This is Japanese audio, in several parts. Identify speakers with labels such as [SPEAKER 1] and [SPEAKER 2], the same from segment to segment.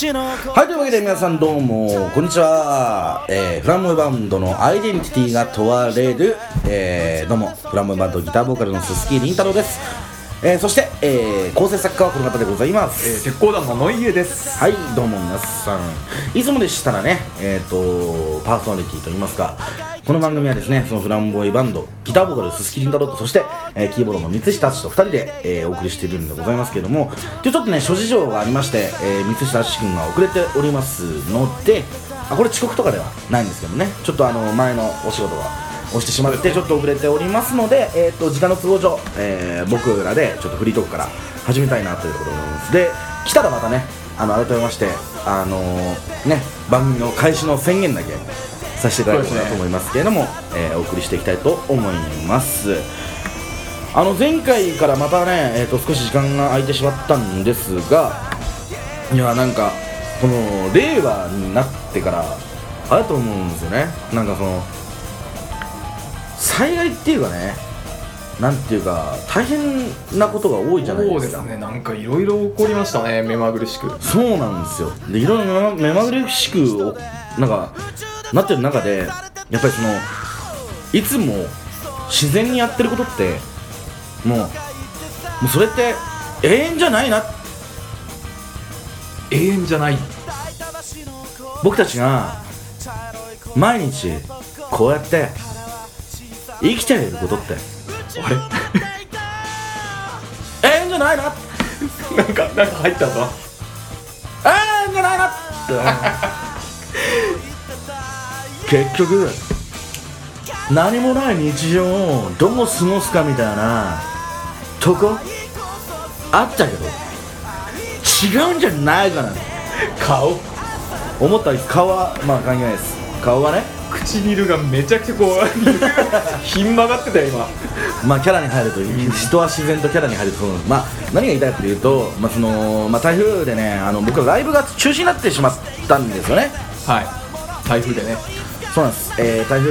[SPEAKER 1] 橋の
[SPEAKER 2] はい、というわけで皆さんどうも、こんにちは。えー、フラムバンドのアイデンティティが問われる、えー、どうも、フラムバンドギターボーカルの鈴木凛太郎です。えー、そして、えー、構成作家はこの方でございます。
[SPEAKER 3] えー、鉄鋼団のノイユーです。
[SPEAKER 2] はい、どうも皆さん。いつもでしたらね、えっ、と、パーソナリティといいますか、この番組はですね、そのフランボーイバンド、ギターボーカル、鈴木凛太郎と、そして、えーキーボードの三下敦史と2人で、えーお送りしているんでございますけれども、でちょっとね、諸事情がありまして、えー、三下敦史君が遅れておりますので、あ、これ遅刻とかではないんですけどね、ちょっとあの、前のお仕事が押してしまってちょっと遅れておりますので、えー、と時間の都合上、えー僕らでちょっとフリートークから始めたいなということでございますで来たらまたねあの改めましてあのーね番組の開始の宣言だけさせていただこうかなと思いますけれども、えーお送りしていきたいと思いますあの前回からまたね、えー、と少し時間が空いてしまったんですがいやなんかこの令和になってからあれだと思うんですよねなんかその災害っていうかねなんていうか大変なことが多いじゃない
[SPEAKER 3] そう
[SPEAKER 2] で
[SPEAKER 3] ですす
[SPEAKER 2] か
[SPEAKER 3] ね。なんかいろいろ起こりましたね。目まぐるしく。
[SPEAKER 2] そうなんですよでいろいろ目まぐるしくおなんかなってる中でやっぱりそのいつも自然にやってることってもうもうそれって永遠じゃないな
[SPEAKER 3] 永遠じゃない。
[SPEAKER 2] 僕たちが毎日こうやって生きていることって
[SPEAKER 3] あれ
[SPEAKER 2] 永遠じゃないな
[SPEAKER 3] なんかなんか入ったぞ。
[SPEAKER 2] 永遠じゃないなって結局何もない日常をどう過ごすかみたいなとこあったけど違うんじゃないかな
[SPEAKER 3] 顔。
[SPEAKER 2] 思ったり顔はまあ関係ないです顔はね
[SPEAKER 3] 唇がめちゃくちゃこう ひん曲がってたよ今。
[SPEAKER 2] まあ、キャラに入ると、人は自然とキャラに入るとそうなんです、まあ、何が言いたいかというと、まあそのまあ、台風でねあの僕らライブが中止になってしまったんですよね
[SPEAKER 3] はい。台風でね。
[SPEAKER 2] そうなんです、えー台風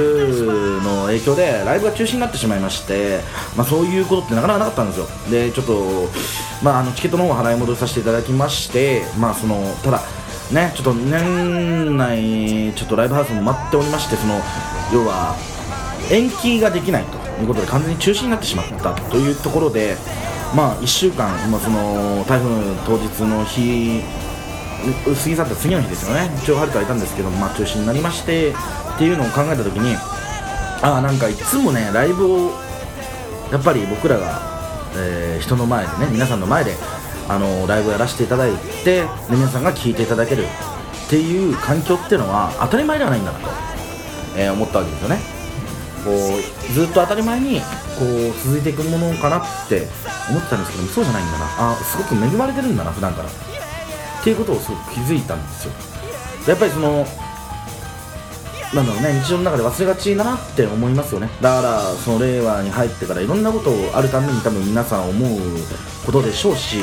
[SPEAKER 2] の影響でライブが中止になってしまいまして、まあ、そういうことってなかなかなかったんですよでちょっと、まあ、あのチケットの方を払い戻させていただきまして、まあ、そのただねちょっと年内ちょっとライブハウスも待っておりましてその要は延期ができないということで完全に中止になってしまったというところで、まあ、1週間、まあ、その台風当日の日過ぎ去った次の日ですよね一応晴れてはいたんですけど、まあ、中止になりましてっていうのを考えた時にああなんかいつもねライブをやっぱり僕らが、えー人の前でね皆さんの前であのライブをやらせていただいてで皆さんが聴いていただけるっていう環境っていうのは当たり前ではないんだなと、えー思ったわけですよねこうずっと当たり前にこう続いていくものかなって思ってたんですけどもそうじゃないんだなあすごく恵まれてるんだな普段からっていうことをすごく気づいたんですよやっぱりそのなんだろうね日常の中で忘れがちだなって思いますよねだからその令和に入ってからいろんなことをあるために多分皆さん思うことでしょうし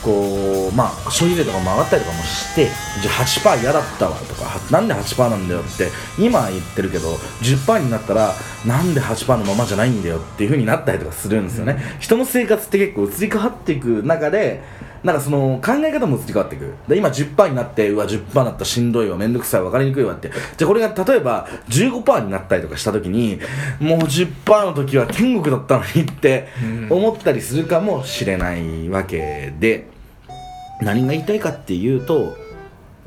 [SPEAKER 2] こうまあ消費税とかも上がったりとかもしてじゃあ8%嫌だったわとかはなんで8%なんだよって今は言ってるけど10%になったらなんで8%のままじゃないんだよっていう風になったりとかするんですよね人の生活って結構移り変わっていく中でなんかその考え方も移り変わっていくで今10%になってうわ10%だったらしんどいわめんどくさいわ分かりにくいわってじゃあこれが例えば15%になったりとかした時にもう10%の時は天国だったのにって思ったりするかもしれないわけで何が言いたいかっていうと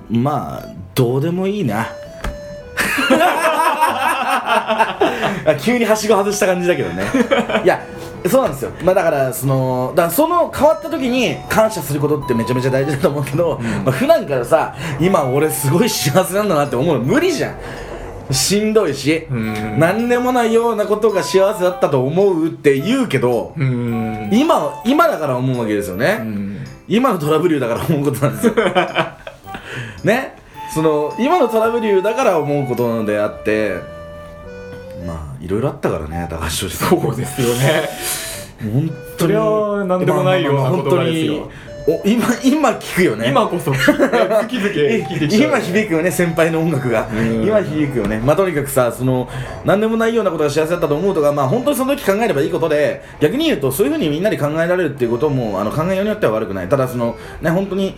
[SPEAKER 2] まあどうでもいい なあ急にはしご外した感じだけどねいやそうなんですよ、まあ、だからそのだからその変わった時に感謝することってめちゃめちゃ大事だと思うけど、まあ、普段からさ今俺すごい幸せなんだなって思うの無理じゃんしんどいし、
[SPEAKER 3] ん
[SPEAKER 2] 何でもないようなことが幸せだったと思うって言うけど、
[SPEAKER 3] うーん。
[SPEAKER 2] 今今だから思うわけですよね、
[SPEAKER 3] うん
[SPEAKER 2] 今のトラブルだから思うことなん ですよねその今のトラブルだから思うことなのであってまあいろいろあったからね高橋さん
[SPEAKER 3] そうですよね。
[SPEAKER 2] 本当
[SPEAKER 3] そ
[SPEAKER 2] に
[SPEAKER 3] れは何でもないような
[SPEAKER 2] まあまあまあ
[SPEAKER 3] 言葉ですよ
[SPEAKER 2] 本当にお今今聞くよね
[SPEAKER 3] 今こ そ月き月聞いてきた。
[SPEAKER 2] 今響くよね先輩の音楽が
[SPEAKER 3] ん
[SPEAKER 2] 今響くよねまあとにかくさその何でもないようなことが幸せだったと思うとかまあ本当にその時考えればいいことで逆に言うとそういうふうにみんなで考えられるっていうこともあの考えようによっては悪くないただそのね本当に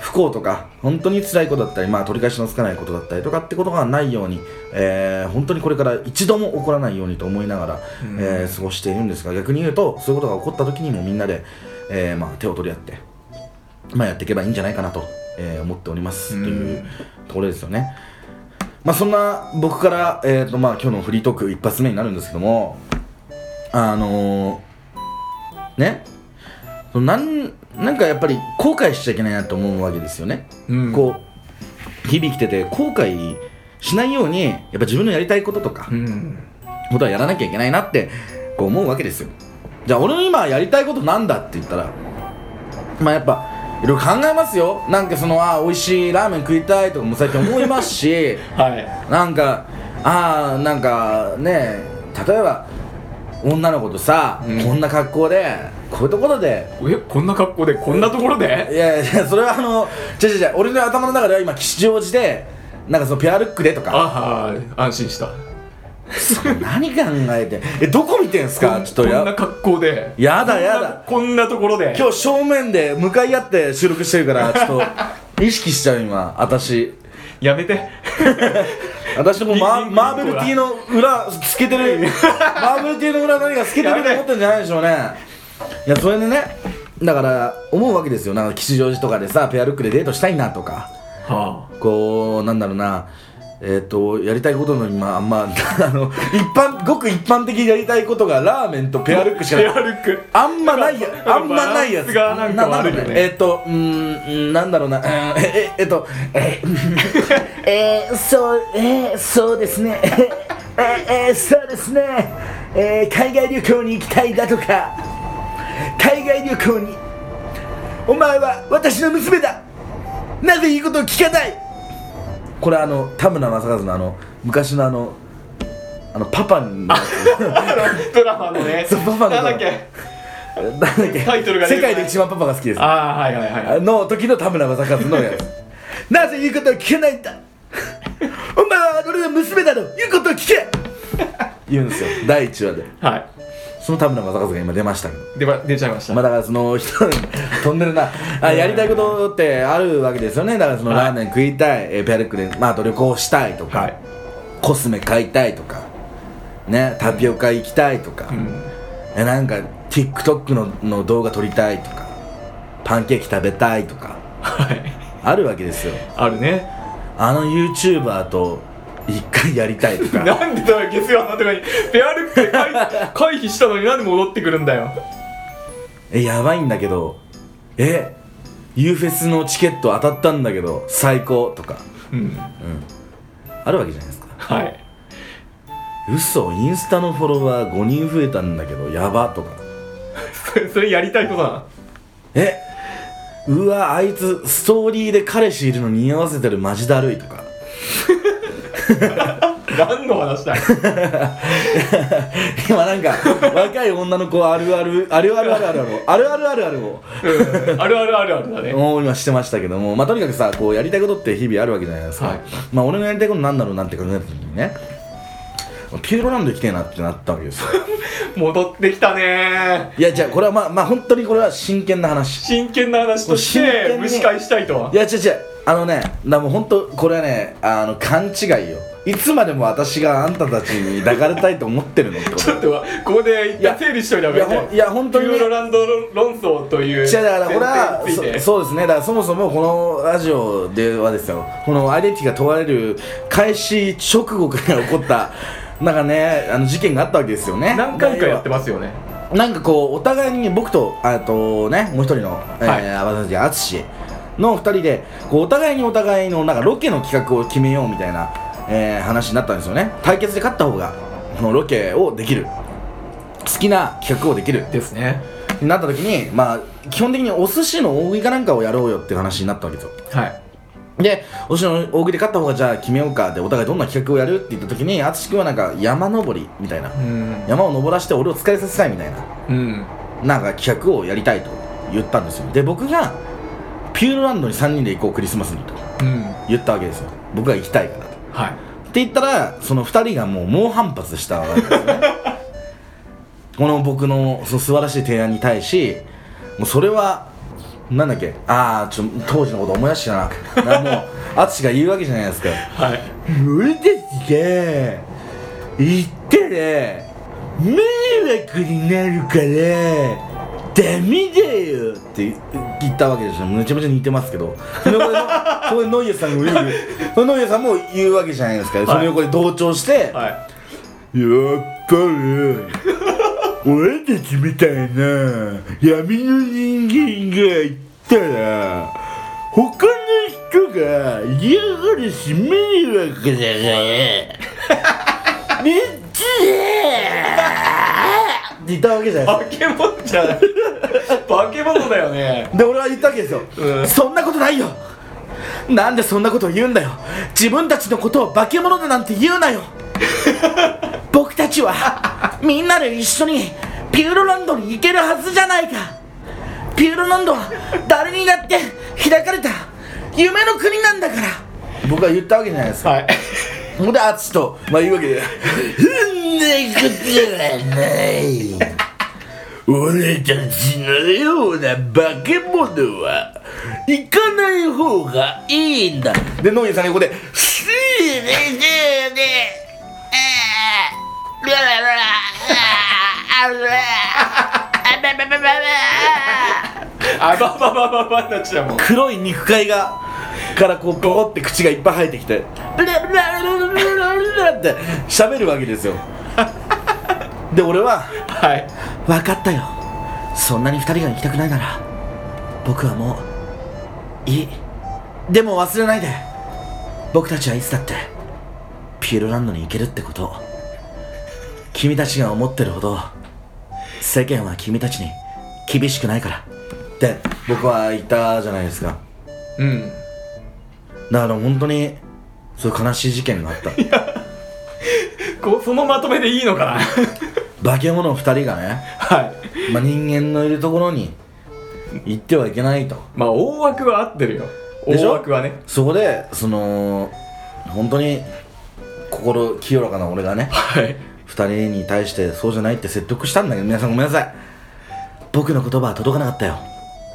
[SPEAKER 2] 不幸とか本当に辛いことだったり、まあ、取り返しのつかないことだったりとかってことがないように、えー本当にこれから一度も起こらないようにと思いながら、
[SPEAKER 3] うん
[SPEAKER 2] えー過ごしているんですが逆に言うとそういうことが起こった時にもみんなで、えーまあ、手を取り合って、まあ、やっていけばいいんじゃないかなと、えー思っております、
[SPEAKER 3] うん
[SPEAKER 2] というところですよね。まあ、そんな僕から、えーとまあ、今日のフリートーク一発目になるんですけどもあのー、ねそのなんなんかやっぱり後悔しちゃいけないなと思うわけですよね、
[SPEAKER 3] うん
[SPEAKER 2] こう日々生きてて後悔しないようにやっぱ自分のやりたいこととか、
[SPEAKER 3] うん
[SPEAKER 2] ことはやらなきゃいけないなってこう思うわけですよじゃあ俺の今やりたいことなんだって言ったらまあやっぱいろいろ考えますよなんかそのあー美味しいラーメン食いたいとかも最近思いますし
[SPEAKER 3] はい
[SPEAKER 2] なんかああなんかね例えば女の子とさ、
[SPEAKER 3] うん
[SPEAKER 2] こんな格好でこういうところで
[SPEAKER 3] えこんな格好でこんなところ
[SPEAKER 2] い
[SPEAKER 3] で
[SPEAKER 2] やいやそれはあの違う違う違う俺の頭の中では今吉祥寺でなんかそのペアルックでと
[SPEAKER 3] あ
[SPEAKER 2] か
[SPEAKER 3] はい安心した
[SPEAKER 2] 何考えてえどこ見てんすかちょっと
[SPEAKER 3] こ
[SPEAKER 2] や
[SPEAKER 3] んな格好で
[SPEAKER 2] やだやだ
[SPEAKER 3] こんなところで
[SPEAKER 2] 今日正面で向かい合って収録してるからちょっと意識しちゃう今私
[SPEAKER 3] やめて
[SPEAKER 2] 私もマ
[SPEAKER 3] リンク
[SPEAKER 2] マーベル T の裏透けてるマーベル T の裏何か透けてると思ってんじゃないでしょうねいやそれでねだから思うわけですよなんか吉祥寺とかでさペアルックでデートしたいなとか
[SPEAKER 3] は
[SPEAKER 2] こうなんだろうなえっ、とやりたいことの今あんまあの一般ごく一般的にやりたいことがラーメンとペアルックしかない
[SPEAKER 3] ペアルック
[SPEAKER 2] あんまないや
[SPEAKER 3] なん、か
[SPEAKER 2] あんまないやつ。
[SPEAKER 3] バランスがなんか悪い
[SPEAKER 2] ななん
[SPEAKER 3] よね
[SPEAKER 2] だろうえっ、と、うーん、なんだろうな、うーんえ、え、えっと、えー、えー、そう、えー、そうですね。えー、えー、そうですね。えー、海外旅行に行きたいだとか、海外旅行に、お前は私の娘だなぜ言うことを聞かないこれあの、田村正和のあの、昔のあの、あの、パパに、
[SPEAKER 3] ドラマのね
[SPEAKER 2] そうパパの
[SPEAKER 3] なんだっけ
[SPEAKER 2] なんだっけ、
[SPEAKER 3] タイトルが出
[SPEAKER 2] 世
[SPEAKER 3] てこな
[SPEAKER 2] 界
[SPEAKER 3] い
[SPEAKER 2] で一番パパが好きです。
[SPEAKER 3] ああはいはいはい
[SPEAKER 2] の時の田村正和のやつなぜ言うことを聞けないん だお前は俺の娘だろ言うことを聞け言うんですよ第1話で
[SPEAKER 3] は
[SPEAKER 2] その田村正和が今出ましたけど
[SPEAKER 3] いでま出ちゃいました
[SPEAKER 2] まあだからその人飛んでるなあやりたいことってあるわけですよねだからその
[SPEAKER 3] はい
[SPEAKER 2] ラーメン食いたい、えーペアルックで、まあ、あと旅行したいとか、
[SPEAKER 3] はい
[SPEAKER 2] コスメ買いたいとかねタピオカ行きたいとか、
[SPEAKER 3] うん
[SPEAKER 2] えなんか TikTok のの動画撮りたいとかパンケーキ食べたいとか
[SPEAKER 3] はい
[SPEAKER 2] あるわけですよ
[SPEAKER 3] あるね
[SPEAKER 2] あの YouTuber と一回やりたいとか
[SPEAKER 3] なんでだよ月曜のとかにペアルックで回 回避したのになんで戻ってくるんだよ
[SPEAKER 2] えやばいんだけどえ u フェスのチケット当たったんだけど最高とか
[SPEAKER 3] うん
[SPEAKER 2] あるわけじゃないですか
[SPEAKER 3] はい
[SPEAKER 2] 嘘インスタのフォロワー5人増えたんだけどやばとか
[SPEAKER 3] それそれやりたいことなの
[SPEAKER 2] えうわあいつストーリーで彼氏いるのに似合わせてるマジだるいとか
[SPEAKER 3] 何の話だよ
[SPEAKER 2] 今なんか若い女の子あるあるあるあるあるあるをあるあるあるあるを
[SPEAKER 3] うんあるあるあるあるだね
[SPEAKER 2] もう今してましたけども、まあ、とにかくさこうやりたいことって日々あるわけじゃないですか、
[SPEAKER 3] はい
[SPEAKER 2] まあ俺のやりたいことなんだろうなって考えた時にねピューロランド行きたいなってなったわけですよ
[SPEAKER 3] 戻ってきたね
[SPEAKER 2] いやじゃあこれはまあまあ本当にこれは真剣な話
[SPEAKER 3] 真剣な話とし
[SPEAKER 2] もう真剣
[SPEAKER 3] て
[SPEAKER 2] に
[SPEAKER 3] 蒸し返したいとはい
[SPEAKER 2] や違う違うあのねだもう本当これはねあの勘違いよいつまでも私があんたたちに抱かれたいと思ってるのってこ
[SPEAKER 3] ちょっとはここで一
[SPEAKER 2] いや
[SPEAKER 3] 旦整理しといた
[SPEAKER 2] と
[SPEAKER 3] 方
[SPEAKER 2] いや
[SPEAKER 3] がいい
[SPEAKER 2] ほ
[SPEAKER 3] ね
[SPEAKER 2] んいや本当に
[SPEAKER 3] ユーロランド論争という
[SPEAKER 2] 違うだから俺は
[SPEAKER 3] 前提について
[SPEAKER 2] そそうですねだからそもそもこのラジオではですよこのアイデンティティが問われる開始直後から起こった なんかねあの事件があったわけですよね
[SPEAKER 3] 何回かやってますよね
[SPEAKER 2] なんかこうお互いに僕とあとねもう一人のえ
[SPEAKER 3] はい
[SPEAKER 2] ー私たち淳の二人でこうお互いにお互いのなんかロケの企画を決めようみたいな、えー話になったんですよね対決で勝った方がこのロケをできる好きな企画をできる
[SPEAKER 3] ですね
[SPEAKER 2] になった時にまあ基本的にお寿司の大食いかなんかをやろうよっていう話になったわけですよ
[SPEAKER 3] はい
[SPEAKER 2] でお寿司の大食いで勝った方がじゃあ決めようかでお互いどんな企画をやるって言った時に淳君はなんか山登りみたいな
[SPEAKER 3] うん
[SPEAKER 2] 山を登らせて俺を疲れさせたいみたいな
[SPEAKER 3] うん
[SPEAKER 2] なんか企画をやりたいと言ったんですよで僕がピューロランドに3人で行こうクリスマスにと
[SPEAKER 3] うん
[SPEAKER 2] 言ったわけですよ僕が行きたいからとっ
[SPEAKER 3] はい
[SPEAKER 2] て言ったらその2人がもう猛反発したわけですねこの僕のその素晴らしい提案に対しもうそれはなんだっけああちょっと当時のこと思い出してななもう淳が言うわけじゃないですか
[SPEAKER 3] はい
[SPEAKER 2] 無理ですね言ってね迷惑になるからダメだよって言ったわけですよめちゃめちゃ似てますけどその横でそこでノイエさんも言うそのノイエさんも言うわけじゃないですか、その横で同調して、
[SPEAKER 3] はい
[SPEAKER 2] やっぱり俺たちみたいな闇の人間がいたら他の人が嫌がるし迷惑だ からめっちゃ って言ったわけじゃない
[SPEAKER 3] 化け物じゃん化け物だよね
[SPEAKER 2] で俺は言ったわけですよ、
[SPEAKER 3] うん
[SPEAKER 2] そんなことないよなんでそんなことを言うんだよ自分たちのことを化け物だなんて言う なよ僕たちはみんなで一緒にピューロランドに行けるはずじゃないかピューロランドは誰にだって開かれた夢の国なんだから僕は言ったわけじゃないですか
[SPEAKER 3] はい
[SPEAKER 2] ほんで淳とまあ言うわけで「そんなことはない」俺たちのような化け物は行かない方がいいんだでノイさんの横で「すーでーでーでーララララあらあばばばばば
[SPEAKER 3] あばばばばばになっちゃうもん
[SPEAKER 2] 黒い肉塊がからこうゴーって口がいっぱい生えてきて「ララララララララ」って喋るわけですよで俺は
[SPEAKER 3] はい
[SPEAKER 2] 分かったよそんなに2人が行きたくないなら僕はもういいでも忘れないで僕たちはいつだってピューロランドに行けるってこと君たちが思ってるほど世間は君たちに厳しくないからって僕は言ったじゃないですか
[SPEAKER 3] うん
[SPEAKER 2] だから本当にそういう悲しい事件があった
[SPEAKER 3] こそのまとめでいいのかな
[SPEAKER 2] 化け物2人がね、
[SPEAKER 3] はい
[SPEAKER 2] まあ、人間のいるところに行ってはいけないと
[SPEAKER 3] まあ大枠は合ってるよ
[SPEAKER 2] でし
[SPEAKER 3] 大
[SPEAKER 2] ょ
[SPEAKER 3] 枠はね
[SPEAKER 2] そこでその本当に心清らかな俺がね
[SPEAKER 3] はい
[SPEAKER 2] 2人に対してそうじゃないって説得したんだけど皆さんごめんなさい僕の言葉は届かなかったよ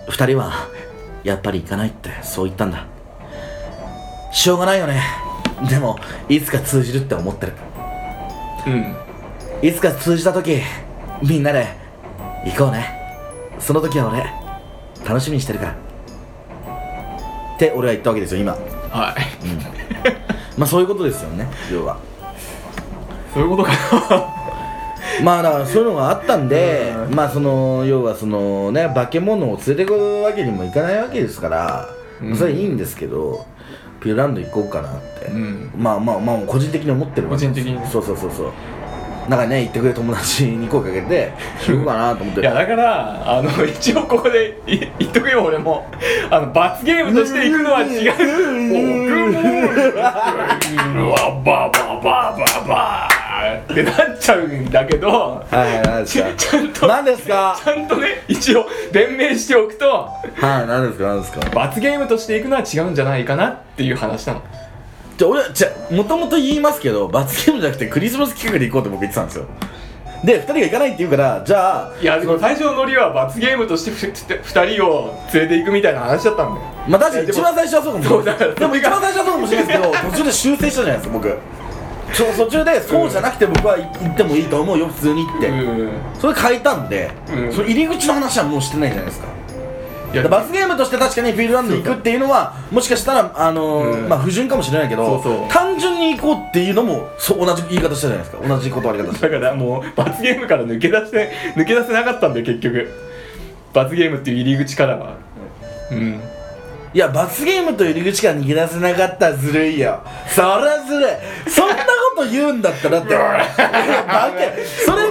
[SPEAKER 2] 2人はやっぱり行かないってそう言ったんだしょうがないよねでもいつか通じるって思ってる
[SPEAKER 3] うん
[SPEAKER 2] いつか通じた時みんなで行こうねその時は俺楽しみにしてるからって俺は言ったわけですよ今
[SPEAKER 3] はい
[SPEAKER 2] まあそういうことですよね要は
[SPEAKER 3] そういうことか
[SPEAKER 2] まあだからそういうのがあったんで、まあその要はそのね化け物を連れてくるわけにもいかないわけですから、
[SPEAKER 3] うん
[SPEAKER 2] それはいいんですけどピューランド行こうかなって、
[SPEAKER 3] なうん
[SPEAKER 2] まあまあまあ個人的に思ってるわけです
[SPEAKER 3] 個人的にね
[SPEAKER 2] そうそうそうそうなんかね行ってくれる友達に声かけ て行こうかなと思っ
[SPEAKER 3] いや
[SPEAKER 2] て
[SPEAKER 3] だからあの 一応ここでい言っとくよ俺もあの罰ゲームとしていくのは違う
[SPEAKER 2] うん
[SPEAKER 3] 僕もうわばばばばばってなっちゃうんだけど
[SPEAKER 2] はいはい何です
[SPEAKER 3] ち
[SPEAKER 2] か
[SPEAKER 3] ちゃんと
[SPEAKER 2] 何ですか
[SPEAKER 3] ちゃんとね一応弁明しておくと
[SPEAKER 2] はい何ですか何ですか
[SPEAKER 3] 罰ゲームとしていくのは違うんじゃないかなっていう話なの
[SPEAKER 2] じゃあ俺じゃあもともと言いますけど罰ゲームじゃなくてクリスマス企画で行こうって僕言ってたんですよで2人が行かないって言うからじゃあ
[SPEAKER 3] いやでも最初のノリは罰ゲームとして2人を連れていくみたいな話だったんだよ
[SPEAKER 2] まあ確か
[SPEAKER 3] いや
[SPEAKER 2] に
[SPEAKER 3] でも
[SPEAKER 2] 一番最初はそうかもしれ
[SPEAKER 3] そうだ
[SPEAKER 2] な
[SPEAKER 3] か
[SPEAKER 2] い
[SPEAKER 3] ら
[SPEAKER 2] でも一番最初はそうかもしれないですけど 途中で修正したじゃないですか僕ちょ途中でそうじゃなくて僕は行ってもいいと思うよ普通にって、
[SPEAKER 3] うん
[SPEAKER 2] それ変えたんで、
[SPEAKER 3] うん
[SPEAKER 2] その入り口の話はもうしてないじゃないですか
[SPEAKER 3] いや
[SPEAKER 2] だから罰ゲームとして確かにフィールドランドに行くっていうのはもしかしたらあのー
[SPEAKER 3] うん
[SPEAKER 2] まあ不純かもしれないけど
[SPEAKER 3] そうそう
[SPEAKER 2] 単純に行こうっていうのもそう同じ言い方したじゃないですか同じ断り方した
[SPEAKER 3] だからもう罰ゲームから抜け出して抜け出せなかったんだよ結局罰ゲームっていう入り口からはうん
[SPEAKER 2] いや罰ゲームと入り口から逃げ出せなかったらずるいよそりゃずるいそんなこと言 うんだったらだってバケそれ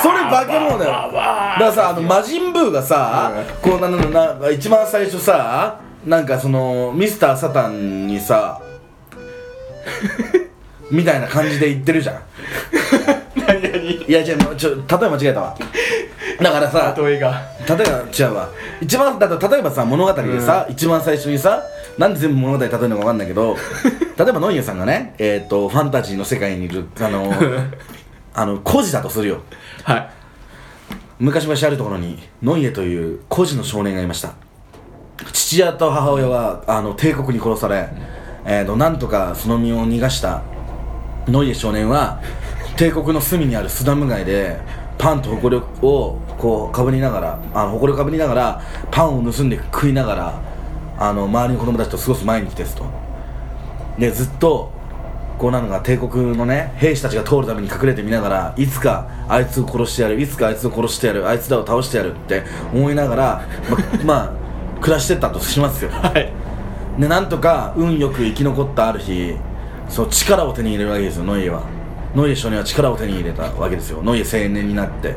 [SPEAKER 2] それバケモンだよだからさあの魔人ブーがさこうなななな一番最初さなんかそのミスターサタンに さみたいな感じで言ってるじゃん
[SPEAKER 3] 何何
[SPEAKER 2] いやじゃあちょ例え間違えたわだ からさ
[SPEAKER 3] 例えが
[SPEAKER 2] 例えば違うわ一番だって例えばさ物語でさ、一番最初にさなんで全部物語例えるのか分かんないけど例えばノイエさんがねえっ、とファンタジーの世界にいるあのあの孤児だとするよ
[SPEAKER 3] はい
[SPEAKER 2] 昔々あるところにノイエという孤児の少年がいました父親と母親はあの帝国に殺され、えー、となんとかその身を逃がしたノイエ少年は帝国の隅にあるスダム街でパンと誇りをこうかぶりながらあの誇りをかぶりながらパンを盗んで食いながらあの周りの子供たちと過ごす毎日ですとでずっとこうなのが帝国のね兵士たちが通るために隠れて見ながらいつかあいつを殺してやるいつかあいつを殺してやるあいつらを倒してやるって思いながらま まあ暮らしてったとしますよ
[SPEAKER 3] はい
[SPEAKER 2] でなんとか運よく生き残ったある日その力を手に入れるわけですよノイエはノイエ少年は力を手に入れたわけですよノイエ青年になって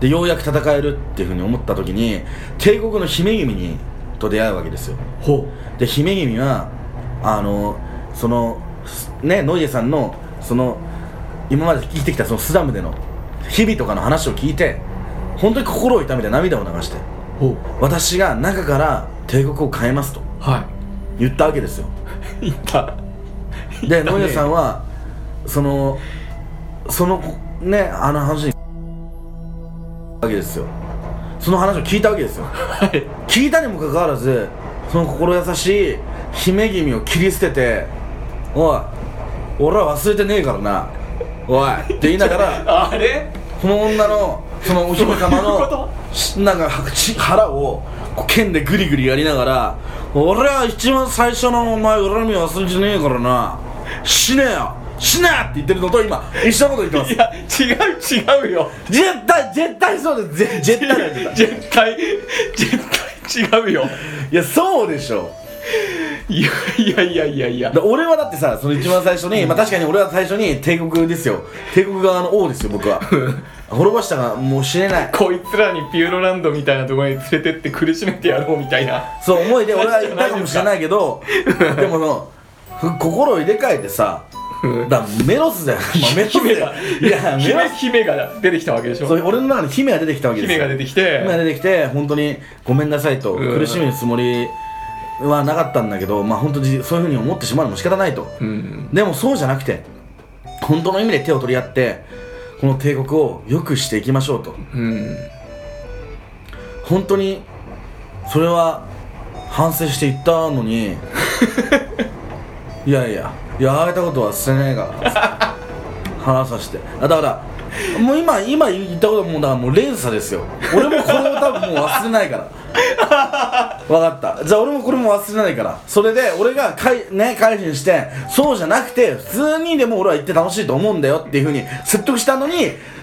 [SPEAKER 2] でようやく戦えるっていうふうに思った時に帝国の姫君にと出会うわけですよ
[SPEAKER 3] ほ
[SPEAKER 2] で姫君はあのそのすねノイエさんのその今まで生きてきたそのスダムでの日々とかの話を聞いて本当に心を痛めて涙を流して
[SPEAKER 3] うほう
[SPEAKER 2] 私が中から帝国を変えますと
[SPEAKER 3] は
[SPEAKER 2] 言ったわけですよ
[SPEAKER 3] い行った
[SPEAKER 2] で
[SPEAKER 3] ね
[SPEAKER 2] ノイエさんはそのそのねあの話にわけですよその話を聞いたわけですよ
[SPEAKER 3] はい
[SPEAKER 2] 聞いたにもかかわらずその心優しい姫君を切り捨てて「おい俺は忘れてねえからなおい」って言いながら
[SPEAKER 3] あれ
[SPEAKER 2] この女のそのお姫様
[SPEAKER 3] そういうこ
[SPEAKER 2] のしなんかはち腹をこう剣でグリグリやりながら俺は一番最初のお前恨み忘れてねえからな死ねよ死ねって言ってるのと今一緒のこと言ってます
[SPEAKER 3] いや違う違うよ
[SPEAKER 2] 絶対絶対そうですぜ絶対だ絶対
[SPEAKER 3] 絶対絶対違うよ
[SPEAKER 2] いやそうでしょ
[SPEAKER 3] いやいやいやいやいや
[SPEAKER 2] だ俺はだってさその一番最初に、まあ、確かに俺は最初に帝国ですよ帝国側の王ですよ僕 は滅ぼしたがもう死ねない
[SPEAKER 3] こいつらにピューロランドみたいなところに連れてって苦しめてやろうみたいな
[SPEAKER 2] そう思いで俺は言ったかもしれないけ どでものふ心を入れ替えてさだからメロスだよ、まあ、メロス
[SPEAKER 3] 姫
[SPEAKER 2] だよ
[SPEAKER 3] が
[SPEAKER 2] いやメロ
[SPEAKER 3] 姫
[SPEAKER 2] ス
[SPEAKER 3] 姫が出てきたわけでし
[SPEAKER 2] そう
[SPEAKER 3] ょ
[SPEAKER 2] 俺の中に姫が出てきたわけですよ
[SPEAKER 3] 姫が出てきて
[SPEAKER 2] 姫が出てきて本当にごめんなさいと
[SPEAKER 3] うん
[SPEAKER 2] 苦しむつもりはなかったんだけどまあ本当にそういうふうに思ってしまうのも仕方ないと
[SPEAKER 3] うん
[SPEAKER 2] でもそうじゃなくて本当の意味で手を取り合ってこの帝国を良くしていきましょうと
[SPEAKER 3] うん
[SPEAKER 2] 本当にそれは反省して言ったのにいやいやいやあげたことは捨てねえが話させてあだからもう今今言ったことはもうだからもう連鎖ですよ俺もこれを多分もう忘れないから分かったじゃあ俺もこれも忘れないからそれで俺がかいね改心してそうじゃなくて普通にでも俺は行って楽しいと思うんだよっていうふうに説得したのに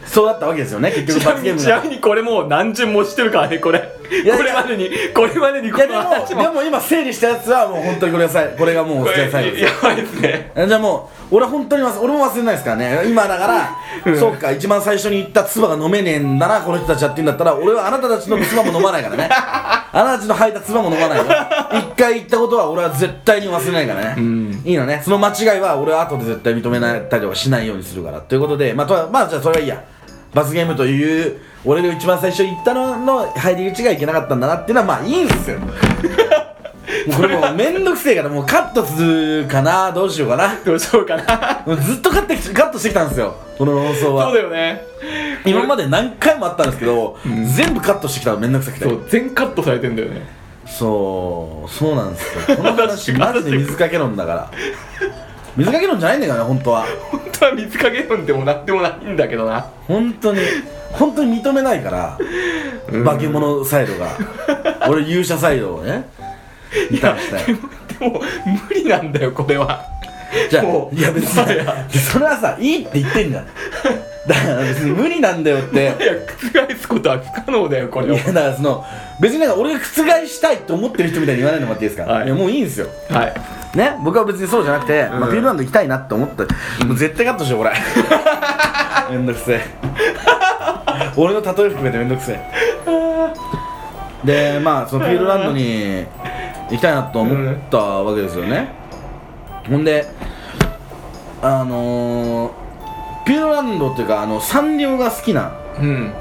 [SPEAKER 2] そうだったわけですよね結
[SPEAKER 3] ち
[SPEAKER 2] 局
[SPEAKER 3] な
[SPEAKER 2] 罰ゲ
[SPEAKER 3] み
[SPEAKER 2] ー
[SPEAKER 3] に
[SPEAKER 2] ム
[SPEAKER 3] ち
[SPEAKER 2] が
[SPEAKER 3] なみにこれもう何巡もしてるからねこれ
[SPEAKER 2] や
[SPEAKER 3] これまでにこれまでに
[SPEAKER 2] い
[SPEAKER 3] こ
[SPEAKER 2] や
[SPEAKER 3] の話
[SPEAKER 2] でも
[SPEAKER 3] も
[SPEAKER 2] でも今整理したやつはもう本当にこれが最これがもう
[SPEAKER 3] こ
[SPEAKER 2] お付き合い最後
[SPEAKER 3] れ
[SPEAKER 2] です
[SPEAKER 3] やばいですね
[SPEAKER 2] えじゃあもう俺は本当に忘俺も忘れないですからね今だから、そうか一番最初に言った唾が飲めねえんだなこの人たちはって言うんだったら俺はあなたたちの唾も飲まない からねあなたたちの吐いた唾も飲まないよ一回言ったことは俺は絶対に忘れないからね、いいのねその間違いは俺は後で絶対認めないたりはしないようにするからということでまあとはまあじゃあそれはいいや罰ゲームという俺が一番最初言ったのの入り口がいけなかったんだなっていうのはまあいいんですよもうこれもうめんどくせえからもうカットするかなどうしようかな
[SPEAKER 3] どうしようかな
[SPEAKER 2] もうずっとカットきカットしてきたんですよこの放送
[SPEAKER 3] そうだ
[SPEAKER 2] は
[SPEAKER 3] よね
[SPEAKER 2] 今まで何回もあったんですけど、全部カットしてきたらめんどくさくて
[SPEAKER 3] そう全カットされてんだよね
[SPEAKER 2] そうそうなんですよこの話
[SPEAKER 3] 話が
[SPEAKER 2] マジで水かけ論だから水かけ論じゃないんだからね本当は
[SPEAKER 3] 本当は水かけ飲んでもなんでもないんだけどな
[SPEAKER 2] 本当に本当に認めないから化け物サイドが俺勇者サイドをねに対して
[SPEAKER 3] でも無理なんだよこれは
[SPEAKER 2] じゃ
[SPEAKER 3] も
[SPEAKER 2] あ
[SPEAKER 3] う
[SPEAKER 2] いや別
[SPEAKER 3] もはや
[SPEAKER 2] にそれはさいいって言ってんじゃんだから別に無理なんだよって
[SPEAKER 3] いや覆すことは不可能だよこ
[SPEAKER 2] い
[SPEAKER 3] れを
[SPEAKER 2] やだからその別になんか俺が覆したいと思ってる人みたいに言わないのもらっていいですか、
[SPEAKER 3] はい
[SPEAKER 2] い、やもういいんですよ
[SPEAKER 3] はい
[SPEAKER 2] ね僕は別にそうじゃなくて、まあ、
[SPEAKER 3] う
[SPEAKER 2] ビ
[SPEAKER 3] ん
[SPEAKER 2] ールランド行きたいなって思った、もう絶対カットしようこれ めんどくせえ 俺の例え含めてめんどくせえでまあそのビールランドに行きたいなと思ったわけですよね、ほんであのー、ピューロランドっていうかあのサンリオが好きな
[SPEAKER 3] うん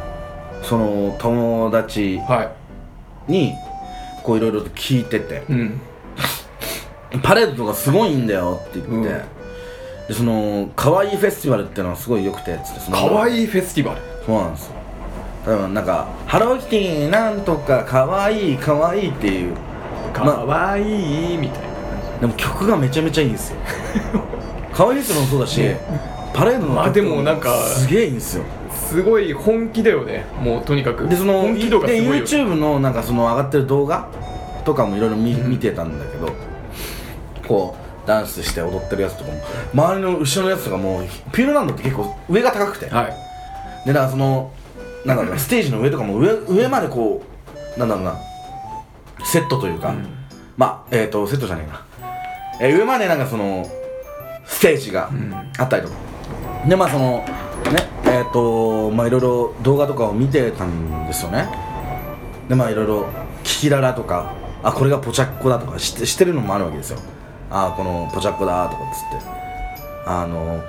[SPEAKER 2] その友達
[SPEAKER 3] は
[SPEAKER 2] にこういろいろと聞いてて
[SPEAKER 3] いうん
[SPEAKER 2] パレードとかすごいんだよって言って、
[SPEAKER 3] うん
[SPEAKER 2] でその可愛いフェスティバルっていうのはすごい良くてっつってその
[SPEAKER 3] 可
[SPEAKER 2] い
[SPEAKER 3] 愛いフェスティバル
[SPEAKER 2] そうなんですよ例えばなんか「ハローキティなんとか可愛い可愛いっていう
[SPEAKER 3] かわいいみたいな感じ
[SPEAKER 2] でも曲がめちゃめちゃいいんで すよ可愛いですもそうだし、
[SPEAKER 3] ね
[SPEAKER 2] パレードの
[SPEAKER 3] まあでもなんか
[SPEAKER 2] すげえいいんですよ
[SPEAKER 3] すごい本気だよねもうとにかく
[SPEAKER 2] でその
[SPEAKER 3] 本気度がす
[SPEAKER 2] で
[SPEAKER 3] ごいよ、ね、
[SPEAKER 2] YouTube のなんかその上がってる動画とかもいろいろ見,、
[SPEAKER 3] うん
[SPEAKER 2] 見てたんだけどこうダンスして踊ってるやつとかも周りの後ろのやつとかもピューロランドって結構上が高くてでだか
[SPEAKER 3] はい
[SPEAKER 2] らそのなんだろうなステージの上とかも上上までこうなんだろうなセットというか、
[SPEAKER 3] うん
[SPEAKER 2] まあえっ、とセットじゃねえな、えー上までなんかそのステージが
[SPEAKER 3] ん
[SPEAKER 2] あったりとか、でまあそのねえっ、とまあいろいろ動画とかを見てたんですよねでまあいろいろキキララとかあこれがポチャッコだとか知って知ってるのもあるわけですよあこのポチャッコだとかっつってあの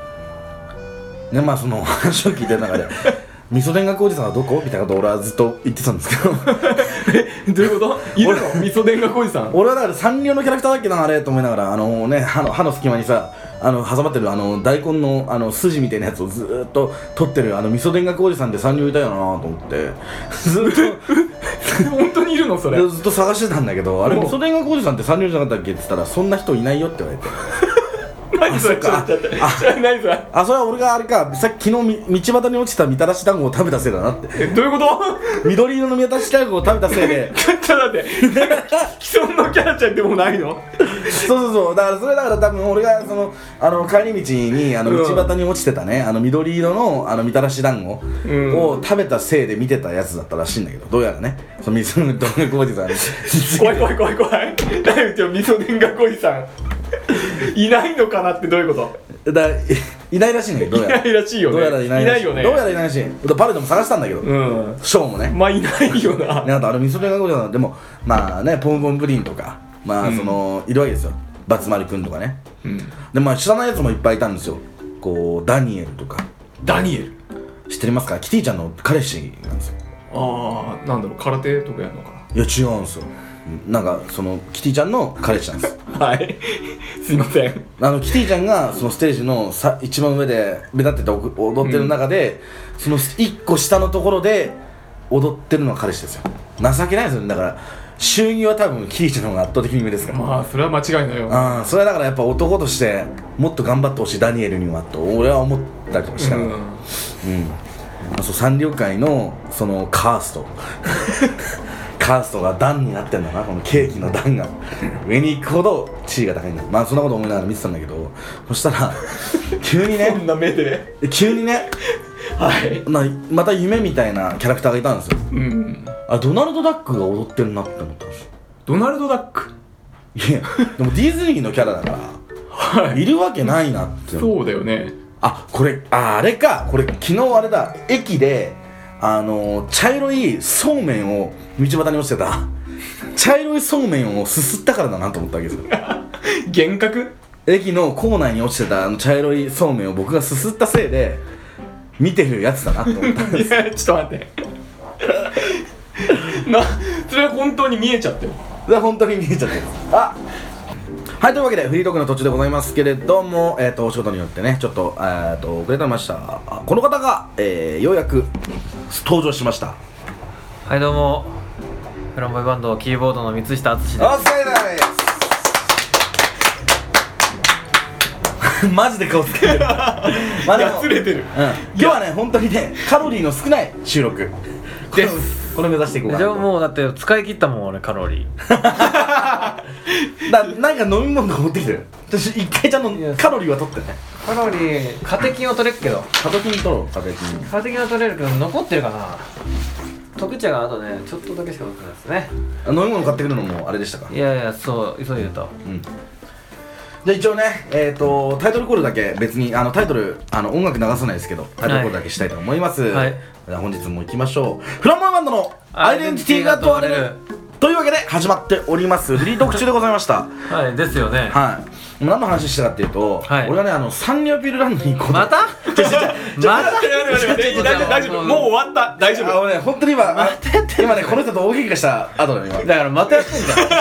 [SPEAKER 2] ねまあその話を聞いてる中で「味噌田楽おじさんはどこ?」みたいなことを俺はずっと言ってたんですけ ど
[SPEAKER 3] どういうこといるの
[SPEAKER 2] 俺
[SPEAKER 3] 味噌田楽おじさん
[SPEAKER 2] 俺はだからサンリオのキャラクターだっけなあれと思いながらあのね歯の歯の隙間にさあの挟まってるあの大根のあの筋みたいなやつをずーっと取ってるあの味噌田楽おじさんってサンリオいたよなと思って ずーっ
[SPEAKER 3] 本当にいるのそれ
[SPEAKER 2] とずっと探してたんだけどあれ
[SPEAKER 3] もう
[SPEAKER 2] 味噌田楽おじさんってサンリオじゃなかったっけって言ったらそんな人いないよって言われて
[SPEAKER 3] 何それちょ
[SPEAKER 2] そっ
[SPEAKER 3] っ
[SPEAKER 2] か
[SPEAKER 3] と待ってちょっと何それ
[SPEAKER 2] あそれは俺があれかさっき昨日み道端に落ちたみたらし団子を食べたせいだなって
[SPEAKER 3] えどういうこと
[SPEAKER 2] 緑色のみたらし団子を食べたせいで
[SPEAKER 3] ちょっと待ってなんか既存のキャラちゃんでもないの
[SPEAKER 2] そうそうそうだからそれだから多分俺がそのあの帰り道にあの
[SPEAKER 3] うん
[SPEAKER 2] 道端に落ちてたね、あの緑色のあのみたらし団子
[SPEAKER 3] うん
[SPEAKER 2] を食べたせいで見てたやつだったらしいんだけどどうやらねその水の道具工事さんに
[SPEAKER 3] 怖い怖い怖い怖い何うちの味噌田楽おじさんいないのかなってどういうこ
[SPEAKER 2] だいいないらしいんだけどどう
[SPEAKER 3] とい
[SPEAKER 2] やら
[SPEAKER 3] ないらしいよね
[SPEAKER 2] どうやらいないらし
[SPEAKER 3] よね
[SPEAKER 2] どうやらいないらしいだパレードも探したんだけど、
[SPEAKER 3] うん
[SPEAKER 2] ショーもね
[SPEAKER 3] まあいないよな
[SPEAKER 2] ね、あとあれ味噌田楽おじさんでもまあねポンポンプリンとかまあその、いるわけですよバツマルくんとかね
[SPEAKER 3] うん
[SPEAKER 2] でまあ知らないやつもいっぱいいたんですよこうダニエルとか
[SPEAKER 3] ダニエル
[SPEAKER 2] 知ってますかキティちゃんの彼氏なんですよ
[SPEAKER 3] ああなんだろう空手とかやるのか
[SPEAKER 2] いや違うんですよなんかそのキティちゃんの彼氏なん です
[SPEAKER 3] なはいすいません
[SPEAKER 2] あのキティちゃんがそのステージのさ一番上で目立っててお踊ってる中で、その一個下のところで踊ってるのが彼氏ですよ情けないですよねだから収入は多分キティちゃんの方が圧倒的に上ですから
[SPEAKER 3] まあそれは間違いないよ
[SPEAKER 2] うん、それはだからやっぱ男としてもっと頑張ってほしいダニエルにはと俺は思ったりとかし
[SPEAKER 3] う
[SPEAKER 2] たから、
[SPEAKER 3] ん
[SPEAKER 2] うんまあそうサンリオ界のそのカースト カーストが段になってんだなこのケーキの段が上に行くほど地位が高いんだまあそんなこと思いながら見てたんだけどそしたら 急に
[SPEAKER 3] こ
[SPEAKER 2] ね
[SPEAKER 3] んな目で
[SPEAKER 2] 急にね
[SPEAKER 3] はい
[SPEAKER 2] なまた夢みたいなキャラクターがいたんですよ
[SPEAKER 3] うん
[SPEAKER 2] あドナルド・ダックが踊ってるなって思ったんですよ
[SPEAKER 3] ドナルド・ダック
[SPEAKER 2] いやでもディズニーのキャラだから、い、るわけないなって思って
[SPEAKER 3] そうだよね
[SPEAKER 2] あこれああれかこれ昨日あれだ駅であのー茶色いそうめんを道端に落ちてた 茶色いそうめんをすすったからだなと思ったわけですよ
[SPEAKER 3] 幻覚
[SPEAKER 2] 駅の構内に落ちてたあの茶色いそうめんを僕がすすったせいで見てるやつだなと思った
[SPEAKER 3] いやちょっと待って なそれは本当に見えちゃってる
[SPEAKER 2] で本当に見えちゃってるあはいというわけでフリートークの途中でございますけれども、えー、とお仕事によってねちょっと,、えー、と遅れてましたあこの方が、えーようやく登場しました
[SPEAKER 1] はいどうもフランボイバンドキーボードの三下敦史
[SPEAKER 2] お
[SPEAKER 1] で
[SPEAKER 2] 疲れ様ですマジで顔つけてるまあでも
[SPEAKER 3] やつれて
[SPEAKER 2] う
[SPEAKER 3] る
[SPEAKER 2] ん、今日はね本当にねカロリーの少ない収録ですこれを目指していこうか
[SPEAKER 1] すじ
[SPEAKER 2] な
[SPEAKER 1] ゃあもうだって使い切ったもん俺カロリ
[SPEAKER 2] だなんか飲み物とか持ってきてる私一回ちゃんとカロリーは取ってね
[SPEAKER 1] ーカロリーカテキンを取れるけど
[SPEAKER 2] カトキン取ろうカトキン
[SPEAKER 1] カテキンは取れるけど残ってるかな特茶があとねちょっとだけしか残ってないですね
[SPEAKER 2] あ飲み物買ってくるのもあれでしたか
[SPEAKER 1] いやいやそう急いでた
[SPEAKER 2] うんじゃあ一応ね、えー、とタイトルコールだけ別にあのタイトルあの音楽流さないですけどタイトルコールだけしたいと思います、
[SPEAKER 1] はい
[SPEAKER 2] では本日も行きましょうフランボイバンドのアイデンティティが問われるというわけで始まっておりますフリートーク中でございました
[SPEAKER 1] はいですよね
[SPEAKER 2] はい何の話したかっていうと、
[SPEAKER 1] はい
[SPEAKER 2] 俺はねあのサンリオピュールランドに行こうと
[SPEAKER 1] ま たまた
[SPEAKER 3] 待って待って待って大丈夫大丈夫もう終わった大丈
[SPEAKER 2] あ
[SPEAKER 3] 夫
[SPEAKER 2] のね本当に今、あ今ねこの人と大喧嘩した後だね今
[SPEAKER 1] だからまたやってんだ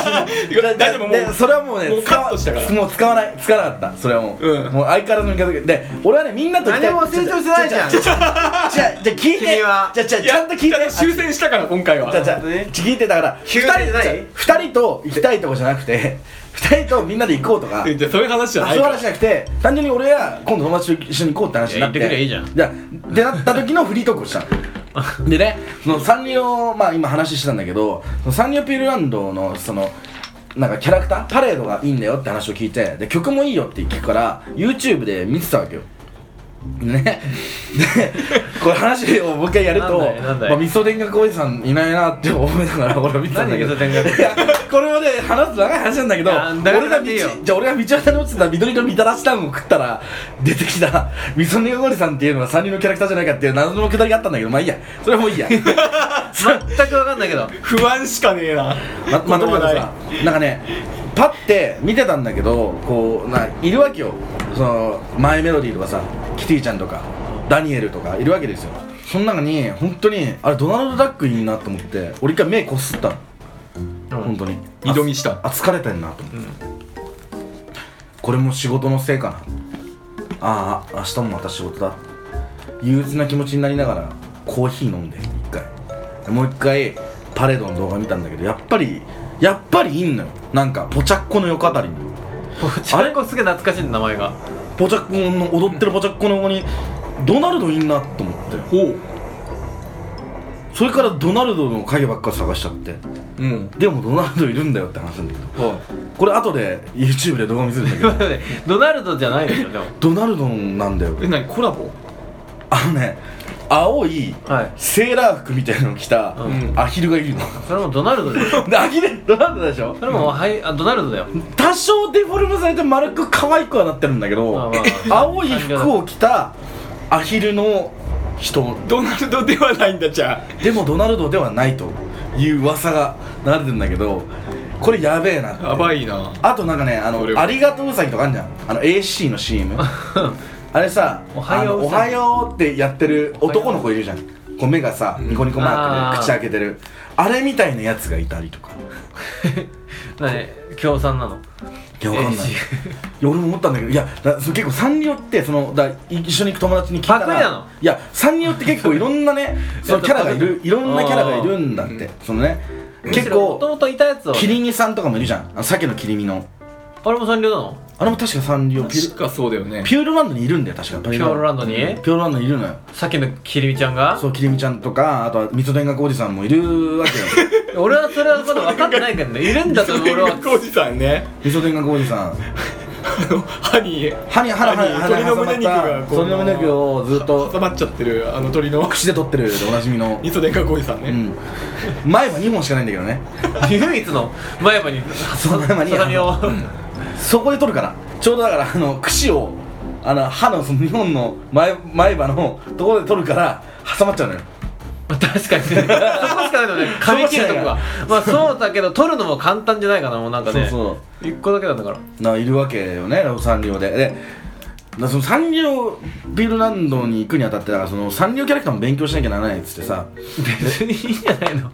[SPEAKER 1] よ
[SPEAKER 3] 大丈夫も
[SPEAKER 2] で
[SPEAKER 3] う
[SPEAKER 2] それはもうね
[SPEAKER 3] もう
[SPEAKER 2] 使わ
[SPEAKER 3] カットしたから
[SPEAKER 2] もう使わない使わなかったそれはもう、
[SPEAKER 3] うん
[SPEAKER 2] もう相変わらずの見方で俺はねみんなと行きたい
[SPEAKER 1] 何も成長してないじゃん
[SPEAKER 2] ちょちょちょじゃあじゃあ聞いて
[SPEAKER 1] 君は
[SPEAKER 2] じゃあじゃあ
[SPEAKER 3] い
[SPEAKER 2] ちゃ
[SPEAKER 3] や
[SPEAKER 2] んと聞いて
[SPEAKER 3] ちゃんと修正したから今回は
[SPEAKER 2] じゃあじゃあ
[SPEAKER 1] 本当に
[SPEAKER 2] 聞いてだから
[SPEAKER 1] 急にじゃない
[SPEAKER 2] 2人二人と行きたいとこじゃなくて2人とみんなで行こうとか
[SPEAKER 3] えじゃあそういう話じゃ
[SPEAKER 2] あ
[SPEAKER 3] な
[SPEAKER 2] そうい
[SPEAKER 3] い
[SPEAKER 2] う
[SPEAKER 3] か
[SPEAKER 2] 話じゃなくて単純に俺が今度友達と一緒に行こうって話になって
[SPEAKER 1] いや行ってくりゃいいじゃん
[SPEAKER 2] じゃあでなった時のフリートークを したのでねそのサンリオまあ今話してたんだけどそのサンリオピュールランドのそのなんかキャラクターパレードがいいんだよって話を聞いてで曲もいいよって聞くから YouTube で見てたわけよね、でこれ話をもう一回やると
[SPEAKER 1] なんだいなんだい
[SPEAKER 2] まあ、味噌田楽おじさんいないなって思いながら俺は見てたんだけど
[SPEAKER 1] 何味噌田楽
[SPEAKER 2] いやこれはね話す長い話なんだけど
[SPEAKER 1] いや長
[SPEAKER 2] 俺
[SPEAKER 1] く
[SPEAKER 2] が道
[SPEAKER 1] な
[SPEAKER 2] じ
[SPEAKER 1] っていいよ
[SPEAKER 2] ゃあ俺が道端に落ちてた緑のみたらしタンを食ったら出てきた 味噌田楽おじさんっていうのは三人のキャラクターじゃないかっていう謎のくだりがあったんだけどまあいいやそれはもういいや
[SPEAKER 1] 全く分かんないけど
[SPEAKER 3] 不安しかねえな
[SPEAKER 2] ままと
[SPEAKER 3] 言葉
[SPEAKER 2] めて
[SPEAKER 3] ない
[SPEAKER 2] さなんかねパッて見てたんだけどこうないるわけよそのマイメロディーとかさキティちゃんとかダニエルとかいるわけですよその中に本当にあれドナルド・ダックいいなと思って俺一回目こすったの本当に
[SPEAKER 3] 二度見した
[SPEAKER 2] あ疲れてんなと思って、これも仕事のせいかなああ明日もまた仕事だ憂鬱な気持ちになりながらコーヒー飲んで一回でもう一回パレードの動画見たんだけどやっぱりやっぱりいいんのよなんかポチャッコの横あたりに
[SPEAKER 1] ポチャンコすげえ懐かしいんだ名前が
[SPEAKER 2] ポチャッコの踊ってるポチャッコの横にドナルドいいなと思って
[SPEAKER 3] ほう
[SPEAKER 2] それからドナルドの影ばっか探しちゃって
[SPEAKER 3] うん
[SPEAKER 2] でもドナルドいるんだよって話なんだけどこれ後で YouTube で動画見せるんだけど
[SPEAKER 1] ドナルドじゃないでしょでも
[SPEAKER 2] ドナルドなんだよ
[SPEAKER 3] え何コラボ
[SPEAKER 2] あのね青い
[SPEAKER 1] はい
[SPEAKER 2] セーラー服みたいなの着た
[SPEAKER 1] うん
[SPEAKER 2] アヒルがいるの、
[SPEAKER 1] それもドナルドでしょ
[SPEAKER 2] でアヒルドナルドでしょ
[SPEAKER 1] それもはいあドナルドだよ
[SPEAKER 2] 多少デフォルムされて丸く可愛くはなってるんだけ
[SPEAKER 1] まあ
[SPEAKER 2] ど
[SPEAKER 1] まあ
[SPEAKER 2] 青い服を着たアヒルの人
[SPEAKER 3] ドナルドではないんだじゃ
[SPEAKER 2] でもドナルドではないという噂が流れてるんだけどこれやべえなって
[SPEAKER 3] あやばいな
[SPEAKER 2] あとなんかねあの
[SPEAKER 3] それ
[SPEAKER 2] 「
[SPEAKER 3] は
[SPEAKER 2] ありがとうウサギ」とかあんじゃんあの AC の CM あれさ「
[SPEAKER 1] おはよう
[SPEAKER 2] あのおはよう」ってやってる男の子いるじゃんこう目がさニコニコマーク
[SPEAKER 1] あ
[SPEAKER 2] で
[SPEAKER 1] ー
[SPEAKER 2] 口開けてるあれみたいなやつがいたりとか
[SPEAKER 1] 何共産なの
[SPEAKER 2] いやわかんない
[SPEAKER 1] AC
[SPEAKER 2] いや俺も思ったんだけどいやだその結構サンリオってそのだ一緒に行く友達に聞いたら
[SPEAKER 1] パクリなの
[SPEAKER 2] いやサンリオって結構いろんなねそのキャラがいるいろんなキャラがいるんだっ
[SPEAKER 3] あ
[SPEAKER 2] て
[SPEAKER 3] ー
[SPEAKER 2] そのね結
[SPEAKER 1] もと
[SPEAKER 2] 構
[SPEAKER 1] もといたやつを
[SPEAKER 2] キリミさんとかもいるじゃんあの鮭の切り身の
[SPEAKER 1] あれも三流なの
[SPEAKER 2] あれも確かサンリオピュー
[SPEAKER 3] 確
[SPEAKER 2] ル
[SPEAKER 3] かそうだよね
[SPEAKER 2] ピューロランドにいるんだよ確かピ
[SPEAKER 1] ピューロランドに
[SPEAKER 2] ピューロランドにいるのよ
[SPEAKER 1] さっきのキリミちゃんが
[SPEAKER 2] そうきりみちゃんとかあとは水戸田学おじさんもいるわけよ
[SPEAKER 1] 俺はそれはまだ分かってないけどねいるんだと思う俺は
[SPEAKER 3] コウジさんね
[SPEAKER 2] 水戸田学おじさん
[SPEAKER 3] あの歯に
[SPEAKER 2] 歯に歯に歯に
[SPEAKER 3] 歯
[SPEAKER 2] 歯
[SPEAKER 3] に
[SPEAKER 2] に
[SPEAKER 3] 鳥の胸肉が
[SPEAKER 2] 挟まった
[SPEAKER 3] こう
[SPEAKER 2] 鳥の胸肉をずっ
[SPEAKER 3] 挟
[SPEAKER 2] と
[SPEAKER 3] まっちゃってるあの鳥の
[SPEAKER 2] 口で取ってるでおなじみの
[SPEAKER 3] 味噌田コウジさん
[SPEAKER 2] う
[SPEAKER 3] ね
[SPEAKER 2] ん前歯2本しかないんだけどね
[SPEAKER 1] 唯一の前歯に
[SPEAKER 2] その前歯に
[SPEAKER 1] 畳を
[SPEAKER 2] そこで取るからちょうどだからあの串をあの歯のその2本の前前歯のところで取るから挟まっちゃうのよ
[SPEAKER 1] まあ確かにねそこしかないのね噛み切るとこがまあそうだけど取るのも簡単じゃないかなもうなんかね
[SPEAKER 2] そうそう
[SPEAKER 1] 一個だけなんだから
[SPEAKER 2] ないるわけよねサンリオででだそのサンリオビルランドに行くにあたってだからそのサンリオキャラクターも勉強しなきゃならないっつってさ
[SPEAKER 1] 別にいいんじゃないの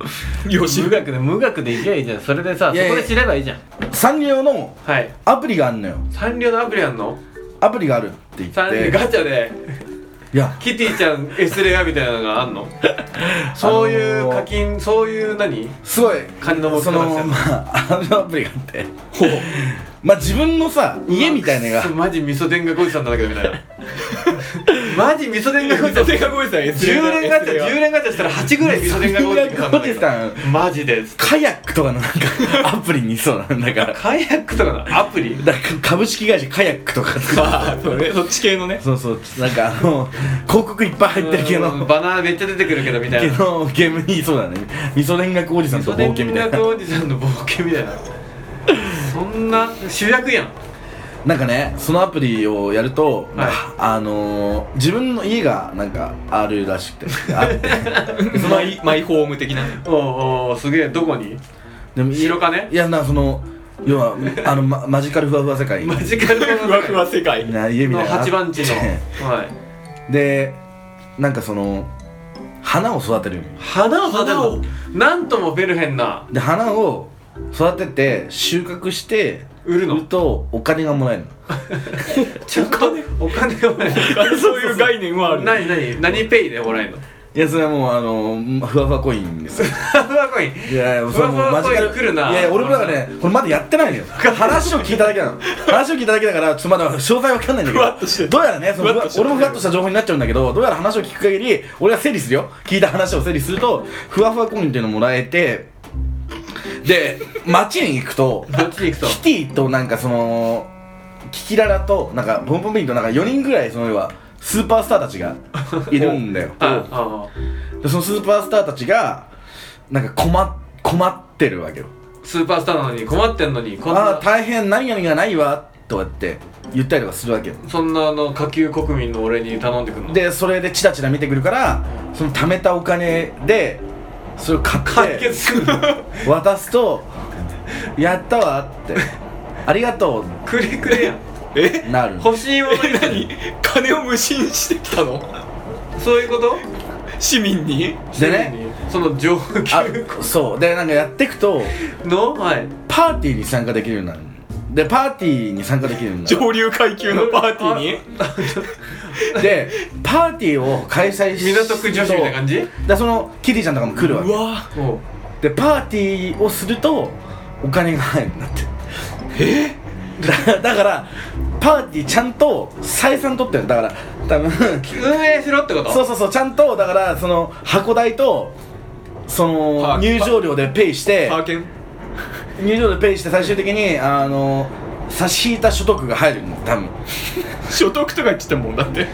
[SPEAKER 3] よし
[SPEAKER 1] 無学で無学でいけばいいじゃんそれでさ
[SPEAKER 2] いやいや
[SPEAKER 1] そこで知ればいいじゃん
[SPEAKER 2] サンリオの
[SPEAKER 1] はい
[SPEAKER 2] アプリがあるのよ
[SPEAKER 1] サンリオのアプリあんの
[SPEAKER 2] アプリがあるって言っ
[SPEAKER 1] サンリオ
[SPEAKER 2] て
[SPEAKER 1] ガチャで
[SPEAKER 2] いや
[SPEAKER 1] キティちゃん S レアみたいなのがあ んのそういう課金、そういう何
[SPEAKER 2] すごい
[SPEAKER 1] 金の持ち
[SPEAKER 2] そ
[SPEAKER 1] 方し
[SPEAKER 2] の
[SPEAKER 1] てる
[SPEAKER 2] まああのアプリがあってまあ自分のさ家みたいなのが
[SPEAKER 1] マジ味噌田楽おじさんなんだけどみたい なマジ味噌田楽おじさん
[SPEAKER 3] 味噌田コウジさん S
[SPEAKER 1] 10連ガチャ10連ガチャしたら8ぐらい味噌田楽おじさんなんだけど
[SPEAKER 2] 田楽おじ
[SPEAKER 1] マジです
[SPEAKER 2] カヤックとかのなんか アプリにいそうなんだから
[SPEAKER 1] カヤックとかのアプリ
[SPEAKER 2] だから株式会社カヤックとか作っ
[SPEAKER 3] ああそれそっち系のね
[SPEAKER 2] そうそうなんかあの広告いっぱい入ってるけど
[SPEAKER 1] うんバナーめっちゃ出てくるけどみた
[SPEAKER 2] け
[SPEAKER 1] いな
[SPEAKER 2] どゲームにいそうだね味噌田楽おじさんと冒険みたいな
[SPEAKER 1] 味噌田楽おじさんの冒険みたいなそんな主役やん
[SPEAKER 2] なんかねそのアプリをやると、
[SPEAKER 1] はい
[SPEAKER 2] あのー、自分の家がなんかあるらしくてあって
[SPEAKER 3] マイマイホーム的な
[SPEAKER 1] おうおうすげえどこに
[SPEAKER 2] でも家
[SPEAKER 1] 白金
[SPEAKER 2] いやなその要はあの、ま、マジカルふわふわ世界
[SPEAKER 1] マジカル
[SPEAKER 3] ふわふわ世界
[SPEAKER 2] な家みた
[SPEAKER 1] の
[SPEAKER 2] いな
[SPEAKER 1] 八 番地の、はい、
[SPEAKER 2] でなんかその花を育てる
[SPEAKER 1] 花を育てるのなんともフェルヘンな
[SPEAKER 2] で花を育てて収穫して
[SPEAKER 1] 売るの
[SPEAKER 2] 売るとお金がもらえるの
[SPEAKER 1] ちゃお金をね
[SPEAKER 3] そういう概念はある
[SPEAKER 1] 何何何ペイでもらえるの
[SPEAKER 2] いやそれはもうあのふわふわコインですよ
[SPEAKER 1] ふわコイン
[SPEAKER 2] いやいやそれはもうマジカ
[SPEAKER 1] ふわふわコイン来るない
[SPEAKER 2] やいや俺もだからねこれまだやってないのよ話を聞いただけなの話を聞いただけだからちょっとまだ詳細わかんないんだけ
[SPEAKER 3] ふわっとして
[SPEAKER 2] どどう
[SPEAKER 3] る
[SPEAKER 2] やらねその
[SPEAKER 3] ふわっとしてる
[SPEAKER 2] 俺もふわっとした情報になっちゃうんだけどどうやら話を聞く限り俺が整理するよ聞いた話を整理するとふわふわコインっていうのもらえてで街に行くと
[SPEAKER 1] どっちに行くと
[SPEAKER 2] キティとなんかそのキキララとなんかボンボンビンとなんか4人ぐらいその要はスーパースターたちがいるんだよ
[SPEAKER 1] ああ
[SPEAKER 2] でそのスーパースターたちがなんか困っ困ってるわけよ
[SPEAKER 1] スーパースターなのに困ってんのにこん
[SPEAKER 2] ああ
[SPEAKER 1] な
[SPEAKER 2] ー大変何々がないわとかって言ったりとかするわけよ
[SPEAKER 1] そんなあの下級国民の俺に頼んでくんの
[SPEAKER 2] でそれでチラチラ見てくるからその貯めたお金でそれを買
[SPEAKER 1] 解
[SPEAKER 2] って
[SPEAKER 1] 決するの
[SPEAKER 2] 渡すと「やったわ」って「ありがと
[SPEAKER 1] くれくれやん
[SPEAKER 3] え
[SPEAKER 2] う」なる
[SPEAKER 1] 欲しいものに
[SPEAKER 3] 何金を無心してきたの
[SPEAKER 1] そういうこと
[SPEAKER 3] 市民に
[SPEAKER 2] でね
[SPEAKER 1] その上級
[SPEAKER 2] あそうでなんかやっていくと
[SPEAKER 1] のはい
[SPEAKER 2] パーティーに参加できるようになるでパーティーに参加できるようになる
[SPEAKER 3] 上流階級のパーティーに
[SPEAKER 2] でパーティーを開催し
[SPEAKER 1] 港区女子みたいな感じ
[SPEAKER 2] でそのキティちゃんとかも来るわ
[SPEAKER 3] う
[SPEAKER 2] け
[SPEAKER 3] わ
[SPEAKER 1] おう
[SPEAKER 2] でパーティーをするとお金が入るんだってえだだからパーティーちゃんと採算取ってるのだから多分
[SPEAKER 1] 運営しろってこと
[SPEAKER 2] そうそうそうちゃんとだからその箱代とそ
[SPEAKER 3] パ
[SPEAKER 2] の
[SPEAKER 3] ー
[SPEAKER 2] 入場料でペイして
[SPEAKER 3] パーケン
[SPEAKER 2] 入場料でペイして最終的にあの差し引いた所得が入るの多分
[SPEAKER 3] 所得とか言ってたもんだって
[SPEAKER 2] だ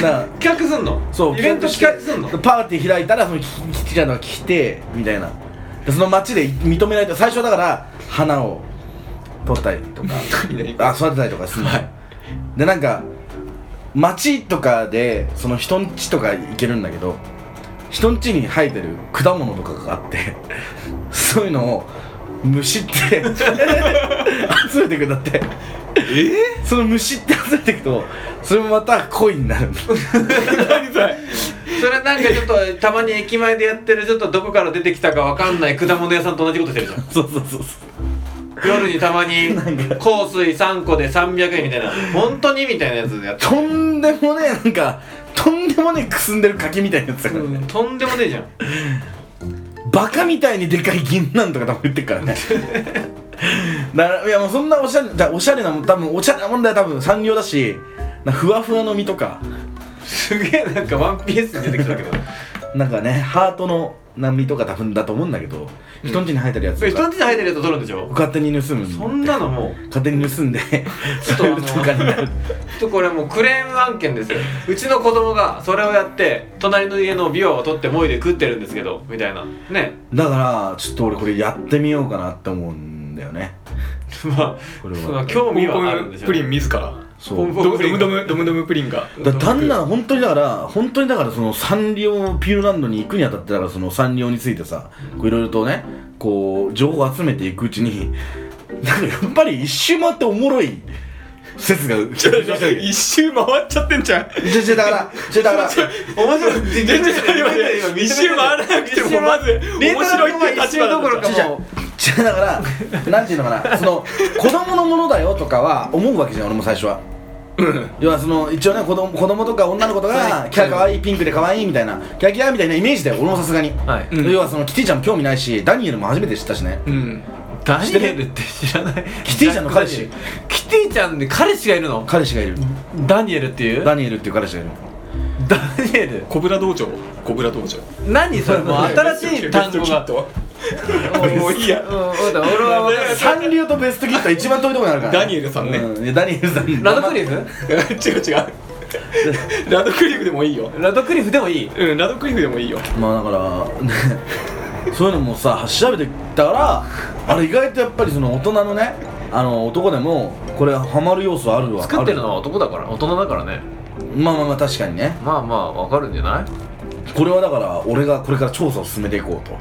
[SPEAKER 2] から
[SPEAKER 1] 企画すんの
[SPEAKER 2] そう
[SPEAKER 1] イベント企画すんの
[SPEAKER 2] パーティー開いたらそのキキキちゃんのが来てみたいなでその街で認められて最初はだから花を取ったりとかあ育てたりとかするの、でなんか街とかでその人ん家とか行けるんだけど人ん家に生えてる果物とかがあって そういうのを虫って 集めてくんだって
[SPEAKER 3] え
[SPEAKER 2] その虫って集めてくとそれもまた恋になるんだ
[SPEAKER 3] ー、何それ
[SPEAKER 1] それなんかちょっとたまに駅前でやってるちょっとどこから出てきたかわかんない果物屋さんと同じことしてるじゃん
[SPEAKER 2] そうそうそうそう
[SPEAKER 1] 夜にたまに 香水3個で300円みたいな本当にみたいなやつでやって
[SPEAKER 2] とんでもねえなんかとんでもねえくすんでる柿みたいなやつだからね、
[SPEAKER 1] とんでもねえじゃん
[SPEAKER 2] バカみたいにでかい銀なんとか多分言ってるからね だからいやもうそんなおしゃれだおしゃれなもん多分おしゃれなもんだよ多分産業だしなふわふわの実とか
[SPEAKER 1] すげえなんかワンピースに出てきたけど
[SPEAKER 2] なんかねハートのな実とか多分だと思うんだけど、人んちに生えてるやつ
[SPEAKER 1] それ
[SPEAKER 2] と
[SPEAKER 1] 人ん
[SPEAKER 2] か
[SPEAKER 1] ちに入ってるやつ取るんでしょ
[SPEAKER 2] 勝手に盗むんで
[SPEAKER 1] そんなのもう
[SPEAKER 2] 勝手に盗んで
[SPEAKER 1] ちょ
[SPEAKER 2] そ
[SPEAKER 1] っと
[SPEAKER 2] う
[SPEAKER 1] あ
[SPEAKER 2] いう
[SPEAKER 1] の
[SPEAKER 2] とかになる
[SPEAKER 1] ちょっとこれもうクレーム案件ですようちの子供がそれをやって隣の家のビワを取ってもいで食ってるんですけどみたいなね
[SPEAKER 2] だからちょっと俺これやってみようかなって思うんだよね
[SPEAKER 1] まあ
[SPEAKER 2] これは
[SPEAKER 1] その興味はあるんでしょう
[SPEAKER 3] プリ
[SPEAKER 1] ね
[SPEAKER 3] ン自ら
[SPEAKER 2] そう
[SPEAKER 1] ポンポン
[SPEAKER 3] ドムドムドムドムドムプリンが
[SPEAKER 2] だから単なる本当にだから本当にだからそのサンリオピューランドに行くにあたってだからそのサンリオについてさこういろいろとねこう情報を集めていくうちになんかやっぱり一周回っておもろい説がじゃ
[SPEAKER 3] 一周回っちゃってんじゃん
[SPEAKER 2] じゃだからじゃだから
[SPEAKER 1] 面白い
[SPEAKER 3] 全然今ね一周回らなくてもまず
[SPEAKER 1] レ
[SPEAKER 3] 面白いっていう立場だ
[SPEAKER 1] どころ
[SPEAKER 3] っ
[SPEAKER 1] か
[SPEAKER 3] た
[SPEAKER 2] じゃ
[SPEAKER 1] もう
[SPEAKER 2] じゃだからなんていうのかなその子供のものだよとかは思うわけじゃん俺も最初は。要はその一応ね子供子供とか女の子とか
[SPEAKER 1] はい
[SPEAKER 2] キャー可愛いピンクで可愛いみたいなキャーキャーみたいなイメージだよ俺もさすがに、
[SPEAKER 1] はい
[SPEAKER 2] うん要はそのキティちゃんも興味ないしダニエルも初めて知ったしね
[SPEAKER 3] うん
[SPEAKER 1] ダニエルって知らない
[SPEAKER 2] キティちゃんの彼氏
[SPEAKER 1] キティちゃんで彼氏がいるの
[SPEAKER 2] 彼氏がいる
[SPEAKER 1] ダニエルっていう
[SPEAKER 2] ダ
[SPEAKER 1] ダ
[SPEAKER 2] ニエルっていう彼氏がいる
[SPEAKER 1] ニエル
[SPEAKER 3] コブラ道場コブラ道場
[SPEAKER 1] 何それもう新しい単語が
[SPEAKER 3] もういいや
[SPEAKER 1] うんうんだから俺は分かる
[SPEAKER 2] サンリオとベストキットは一番遠いところにあるからね、
[SPEAKER 3] ダニエルさんね
[SPEAKER 2] うんいやダニエルさん
[SPEAKER 1] ラドクリフ
[SPEAKER 3] 違う違うラドクリフでもいいよ
[SPEAKER 1] ラドクリフでもいい
[SPEAKER 3] うんラドクリフでもいいよ
[SPEAKER 2] まあだからね そういうのもさ調べてたからあれ意外とやっぱりその大人のねあの男でもこれハマる要素あるわ
[SPEAKER 1] 作ってるの
[SPEAKER 2] あ
[SPEAKER 1] は男だから大人だからね
[SPEAKER 2] まあまあまあ確かにね
[SPEAKER 1] まあまあ分かるんじゃない
[SPEAKER 2] これはだから俺がこれから調査を進めていこうと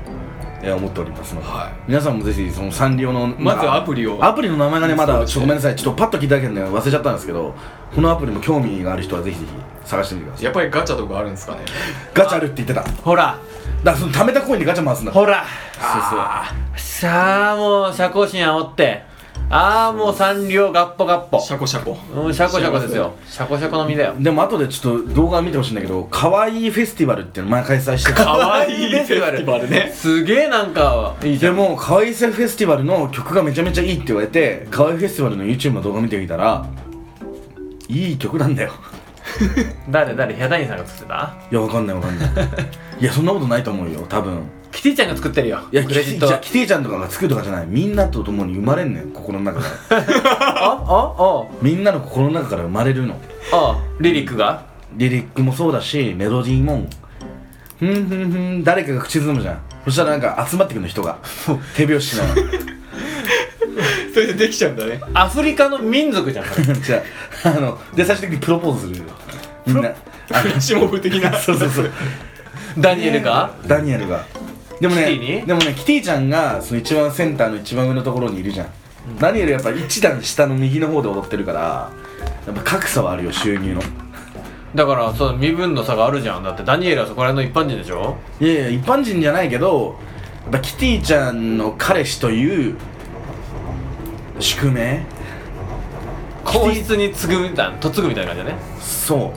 [SPEAKER 2] えー思っておりますので、
[SPEAKER 1] はい
[SPEAKER 2] 皆さんもぜひそのサンリオの
[SPEAKER 3] まずはアプリを
[SPEAKER 2] アプリの名前がねま
[SPEAKER 3] そう
[SPEAKER 2] だ
[SPEAKER 3] です
[SPEAKER 2] ちょ
[SPEAKER 3] ね
[SPEAKER 2] ごめんなさいちょっとパッと聞いただけで、ね、忘れちゃったんですけどこのアプリも興味がある人はぜひぜひ探してみてください
[SPEAKER 3] やっぱりガチャとかあるんですかね
[SPEAKER 2] ガチャあるって言ってただか
[SPEAKER 1] ほら
[SPEAKER 2] らその貯めたコインでガチャ回すんだ
[SPEAKER 1] ほら
[SPEAKER 2] あ
[SPEAKER 1] さあもう社交心煽ってああもう三両ガッポガッポ
[SPEAKER 3] シャコシャコ
[SPEAKER 1] うんシャコシャコですよシャコシャコの身だよ
[SPEAKER 2] でも後でちょっと動画見てほしいんだけど可愛いフェスティバルっていうの前開催して
[SPEAKER 3] かわいいフェスティバルね
[SPEAKER 1] すげえなんかいいじゃ
[SPEAKER 2] で
[SPEAKER 1] ん
[SPEAKER 2] も可愛いフェスティバルの曲がめちゃめちゃいいって言われて可愛いフェスティバルの YouTube の動画見てみたらいい曲なんだよ
[SPEAKER 1] 誰誰ヒャダインさんが作ってた
[SPEAKER 2] いやわかんないわかんないいやそんなことないと思うよ多分
[SPEAKER 1] キティちゃんが作ってるよ
[SPEAKER 2] いやキ
[SPEAKER 1] ク
[SPEAKER 2] テ
[SPEAKER 1] レジ
[SPEAKER 2] ィ
[SPEAKER 1] ッ
[SPEAKER 2] ち
[SPEAKER 1] ト
[SPEAKER 2] ゃんキティちゃんとかが作るとかじゃないみんなと共に生まれんねん心の中から
[SPEAKER 1] ああ
[SPEAKER 2] みんなの心の中から生まれるの
[SPEAKER 1] ああリリックが
[SPEAKER 2] リリックもそうだしメロディーもふんふんふん誰かが口ずさむじゃんそしたらなんか集まってくるの人が手拍子しながら
[SPEAKER 3] それでできちゃうんだね
[SPEAKER 1] アフリカの民族じゃん それ
[SPEAKER 2] じゃああので最終的にプロポーズするよみんなあの
[SPEAKER 3] シモフ的な
[SPEAKER 2] そうそうそう
[SPEAKER 1] ダニエルが
[SPEAKER 2] ダニエルがでもね
[SPEAKER 1] キティに
[SPEAKER 2] でもねキティちゃんがその一番センターの一番上のところにいるじゃん、ダニエルやっぱ一段下の右の方で踊ってるからやっぱ格差はあるよ収入の
[SPEAKER 1] だからその身分の差があるじゃんだってダニエルはそこら辺の一般人でしょ
[SPEAKER 2] いやいや一般人じゃないけどやっぱキティちゃんの彼氏という宿命
[SPEAKER 1] 皇室に次ぐみたいな嫁ぐみたいな感じだね
[SPEAKER 2] そ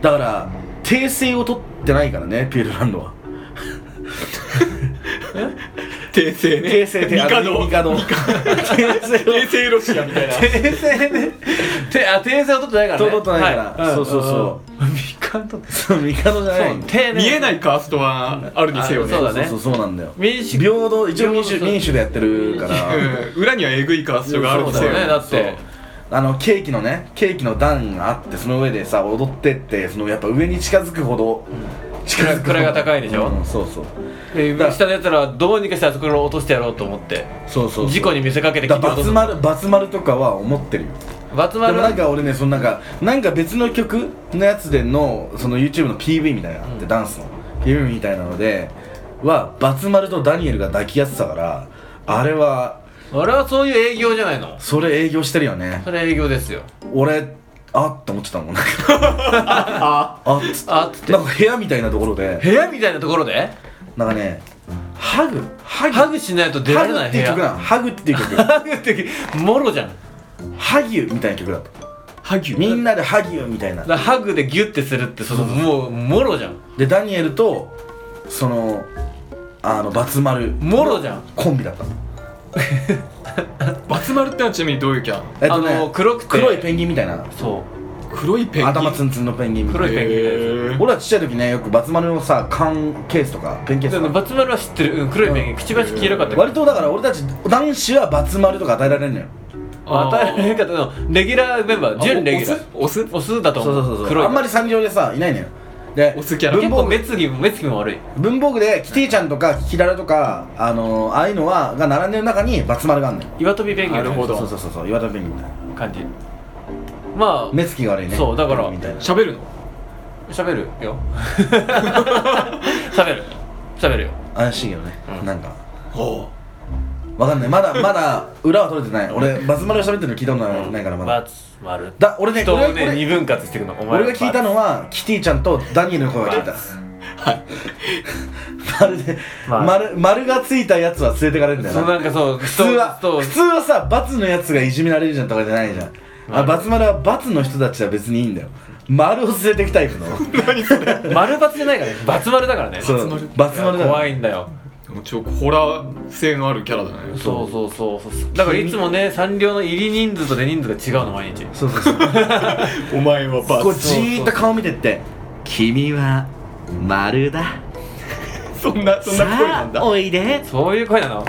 [SPEAKER 2] うだから訂正を取ってないからねピエールランドは
[SPEAKER 3] 訂正ね
[SPEAKER 2] 訂正
[SPEAKER 3] 帝帝
[SPEAKER 2] 帝訂正を
[SPEAKER 3] 訂正ロシアみたいな
[SPEAKER 2] 訂正ね
[SPEAKER 1] てあ訂正を取ってないからね
[SPEAKER 2] 取ってないから
[SPEAKER 1] はいん
[SPEAKER 2] そうそうそう
[SPEAKER 1] うんミカンと
[SPEAKER 2] そう味方じゃない
[SPEAKER 1] 丁寧
[SPEAKER 3] 見えないカーストはあるにせよね
[SPEAKER 1] あそうだね
[SPEAKER 2] そうそうそうなんだよ
[SPEAKER 1] 民主
[SPEAKER 2] 平等一応民主
[SPEAKER 1] 平等そう
[SPEAKER 2] 民主でやってるから
[SPEAKER 3] うん裏にはえぐいカーストがあるに
[SPEAKER 1] そう
[SPEAKER 3] せ
[SPEAKER 1] だ
[SPEAKER 3] よ
[SPEAKER 1] よねだって
[SPEAKER 2] あのケーキのねケーキの段があってその上でさ踊ってってそのやっぱ上に近づくほど近づくほど
[SPEAKER 1] 位が高いでしょ
[SPEAKER 2] うんそうそう
[SPEAKER 1] えー下のやつらはどうにかしてあそこから落としてやろうと思って
[SPEAKER 2] そうそうそう
[SPEAKER 1] 事故に見せかけて
[SPEAKER 2] だ
[SPEAKER 1] 切り
[SPEAKER 2] から
[SPEAKER 1] 落と
[SPEAKER 2] バツ
[SPEAKER 1] す
[SPEAKER 2] 丸バツ丸とかは思ってるよ
[SPEAKER 1] バツ
[SPEAKER 2] でも
[SPEAKER 1] 丸は
[SPEAKER 2] なんか俺ねそのなんかなんか別の曲のやつでのその YouTube の PV みたいなのがあって、ダンスの PV みたいなのではバツ丸とダニエルが抱き合ってたからあれは
[SPEAKER 1] 俺はそういう営業じゃないの
[SPEAKER 2] それ営業してるよね
[SPEAKER 1] それ営業ですよ
[SPEAKER 2] 俺あっと思ってたもん なんか
[SPEAKER 3] あ
[SPEAKER 2] あっつっ
[SPEAKER 1] あっつってて
[SPEAKER 2] なんか部屋みたいなところで
[SPEAKER 1] 部屋みたいなところで
[SPEAKER 2] なんかねハグハ
[SPEAKER 1] ハグしないと出られない
[SPEAKER 2] ハグっ
[SPEAKER 1] 部
[SPEAKER 2] ていう
[SPEAKER 1] 屋
[SPEAKER 2] 曲なのハグっていう曲
[SPEAKER 1] ハグってもろじゃんだか
[SPEAKER 2] ハ ギュみたいな曲だと
[SPEAKER 3] ハギ
[SPEAKER 2] みんなでハギュみたいな
[SPEAKER 1] らハグでギュッてするってそのもうもろじゃん
[SPEAKER 2] でダニエルとそのあのバツ丸
[SPEAKER 1] もろじゃん
[SPEAKER 2] コンビだったの
[SPEAKER 3] バツ丸ってのはちなみにどういうキャラ
[SPEAKER 2] えっ
[SPEAKER 1] あ
[SPEAKER 2] とね
[SPEAKER 1] の黒くて
[SPEAKER 2] 黒いペンギンみたいな
[SPEAKER 1] そ
[SPEAKER 3] 黒いペンギン
[SPEAKER 2] 頭ツンツンのペンギンみたいな
[SPEAKER 1] 黒いペンギン
[SPEAKER 3] へー
[SPEAKER 2] 俺らちっちゃい時ねよくバツ丸のさ缶ケースとかペンケ
[SPEAKER 1] う
[SPEAKER 2] ース
[SPEAKER 1] でも
[SPEAKER 2] とか
[SPEAKER 1] バツ丸は知ってるうん黒いペンギンくちばし黄色かったけど
[SPEAKER 2] 割とだから俺たち男子はバツ丸とか与えられんのよ
[SPEAKER 1] あ与えられる方のレギュラーメンバー準レギュラー
[SPEAKER 3] オスオス
[SPEAKER 1] オスだと
[SPEAKER 2] そう
[SPEAKER 1] 思
[SPEAKER 2] そううそうそう
[SPEAKER 1] 黒い
[SPEAKER 2] あんまり産業でさいないのよで
[SPEAKER 3] オスキャラ
[SPEAKER 1] 結
[SPEAKER 2] 文
[SPEAKER 1] 構
[SPEAKER 2] 房
[SPEAKER 1] 目
[SPEAKER 2] 具
[SPEAKER 1] つきも目つきも悪い
[SPEAKER 2] 文房具でキティちゃんとかキキララとかあのー、ああいうのはが並んでる中にバツ丸があんのよ
[SPEAKER 1] 岩飛びペンギンみたい
[SPEAKER 3] なるほど
[SPEAKER 2] そうそうそうそう岩田ペンギンみたいな
[SPEAKER 1] な感じまあ
[SPEAKER 2] 目つきが悪いね
[SPEAKER 1] そうだから
[SPEAKER 2] みたいな
[SPEAKER 3] 喋るの
[SPEAKER 1] 喋るよ 喋る喋るよ
[SPEAKER 2] 怪しいけどね、なんか
[SPEAKER 3] ほ
[SPEAKER 2] わかんないまだまだ裏は取れてない俺バツ丸が喋ってるの聞いたことないないからまだ、
[SPEAKER 1] バツ丸
[SPEAKER 2] だ俺ね
[SPEAKER 1] 人を
[SPEAKER 2] 俺
[SPEAKER 1] ね
[SPEAKER 2] 俺
[SPEAKER 1] 二分割していくのお前
[SPEAKER 2] 俺が聞いたのはキティちゃんとダニエルの声が聞いた まるで、
[SPEAKER 1] まあ
[SPEAKER 2] 丸丸がついたやつは連れてかれるんだよ
[SPEAKER 1] そうなんかそう
[SPEAKER 2] 普通は
[SPEAKER 1] そう
[SPEAKER 2] 普通はさバツのやつがいじめられるじゃんとかじゃないじゃんあバツ丸はバツの人たちは別にいいんだよ丸を連れてくタイプの
[SPEAKER 1] 丸バツじゃない からねバツ丸だからね
[SPEAKER 2] そ
[SPEAKER 3] バツ丸
[SPEAKER 2] うバツ丸だよ
[SPEAKER 1] 怖いんだよ
[SPEAKER 3] うでもちょホラー性のあるキャラだね
[SPEAKER 1] そうそうそうそうだからいつもね三両の入り人数と出人数が違うの毎日
[SPEAKER 2] そうそうそう
[SPEAKER 3] お前はバ
[SPEAKER 2] こう
[SPEAKER 3] ツ
[SPEAKER 2] じーっと顔見てって「君は丸だ
[SPEAKER 3] そんなそんな声なんだ
[SPEAKER 2] おいで
[SPEAKER 1] そういう声なの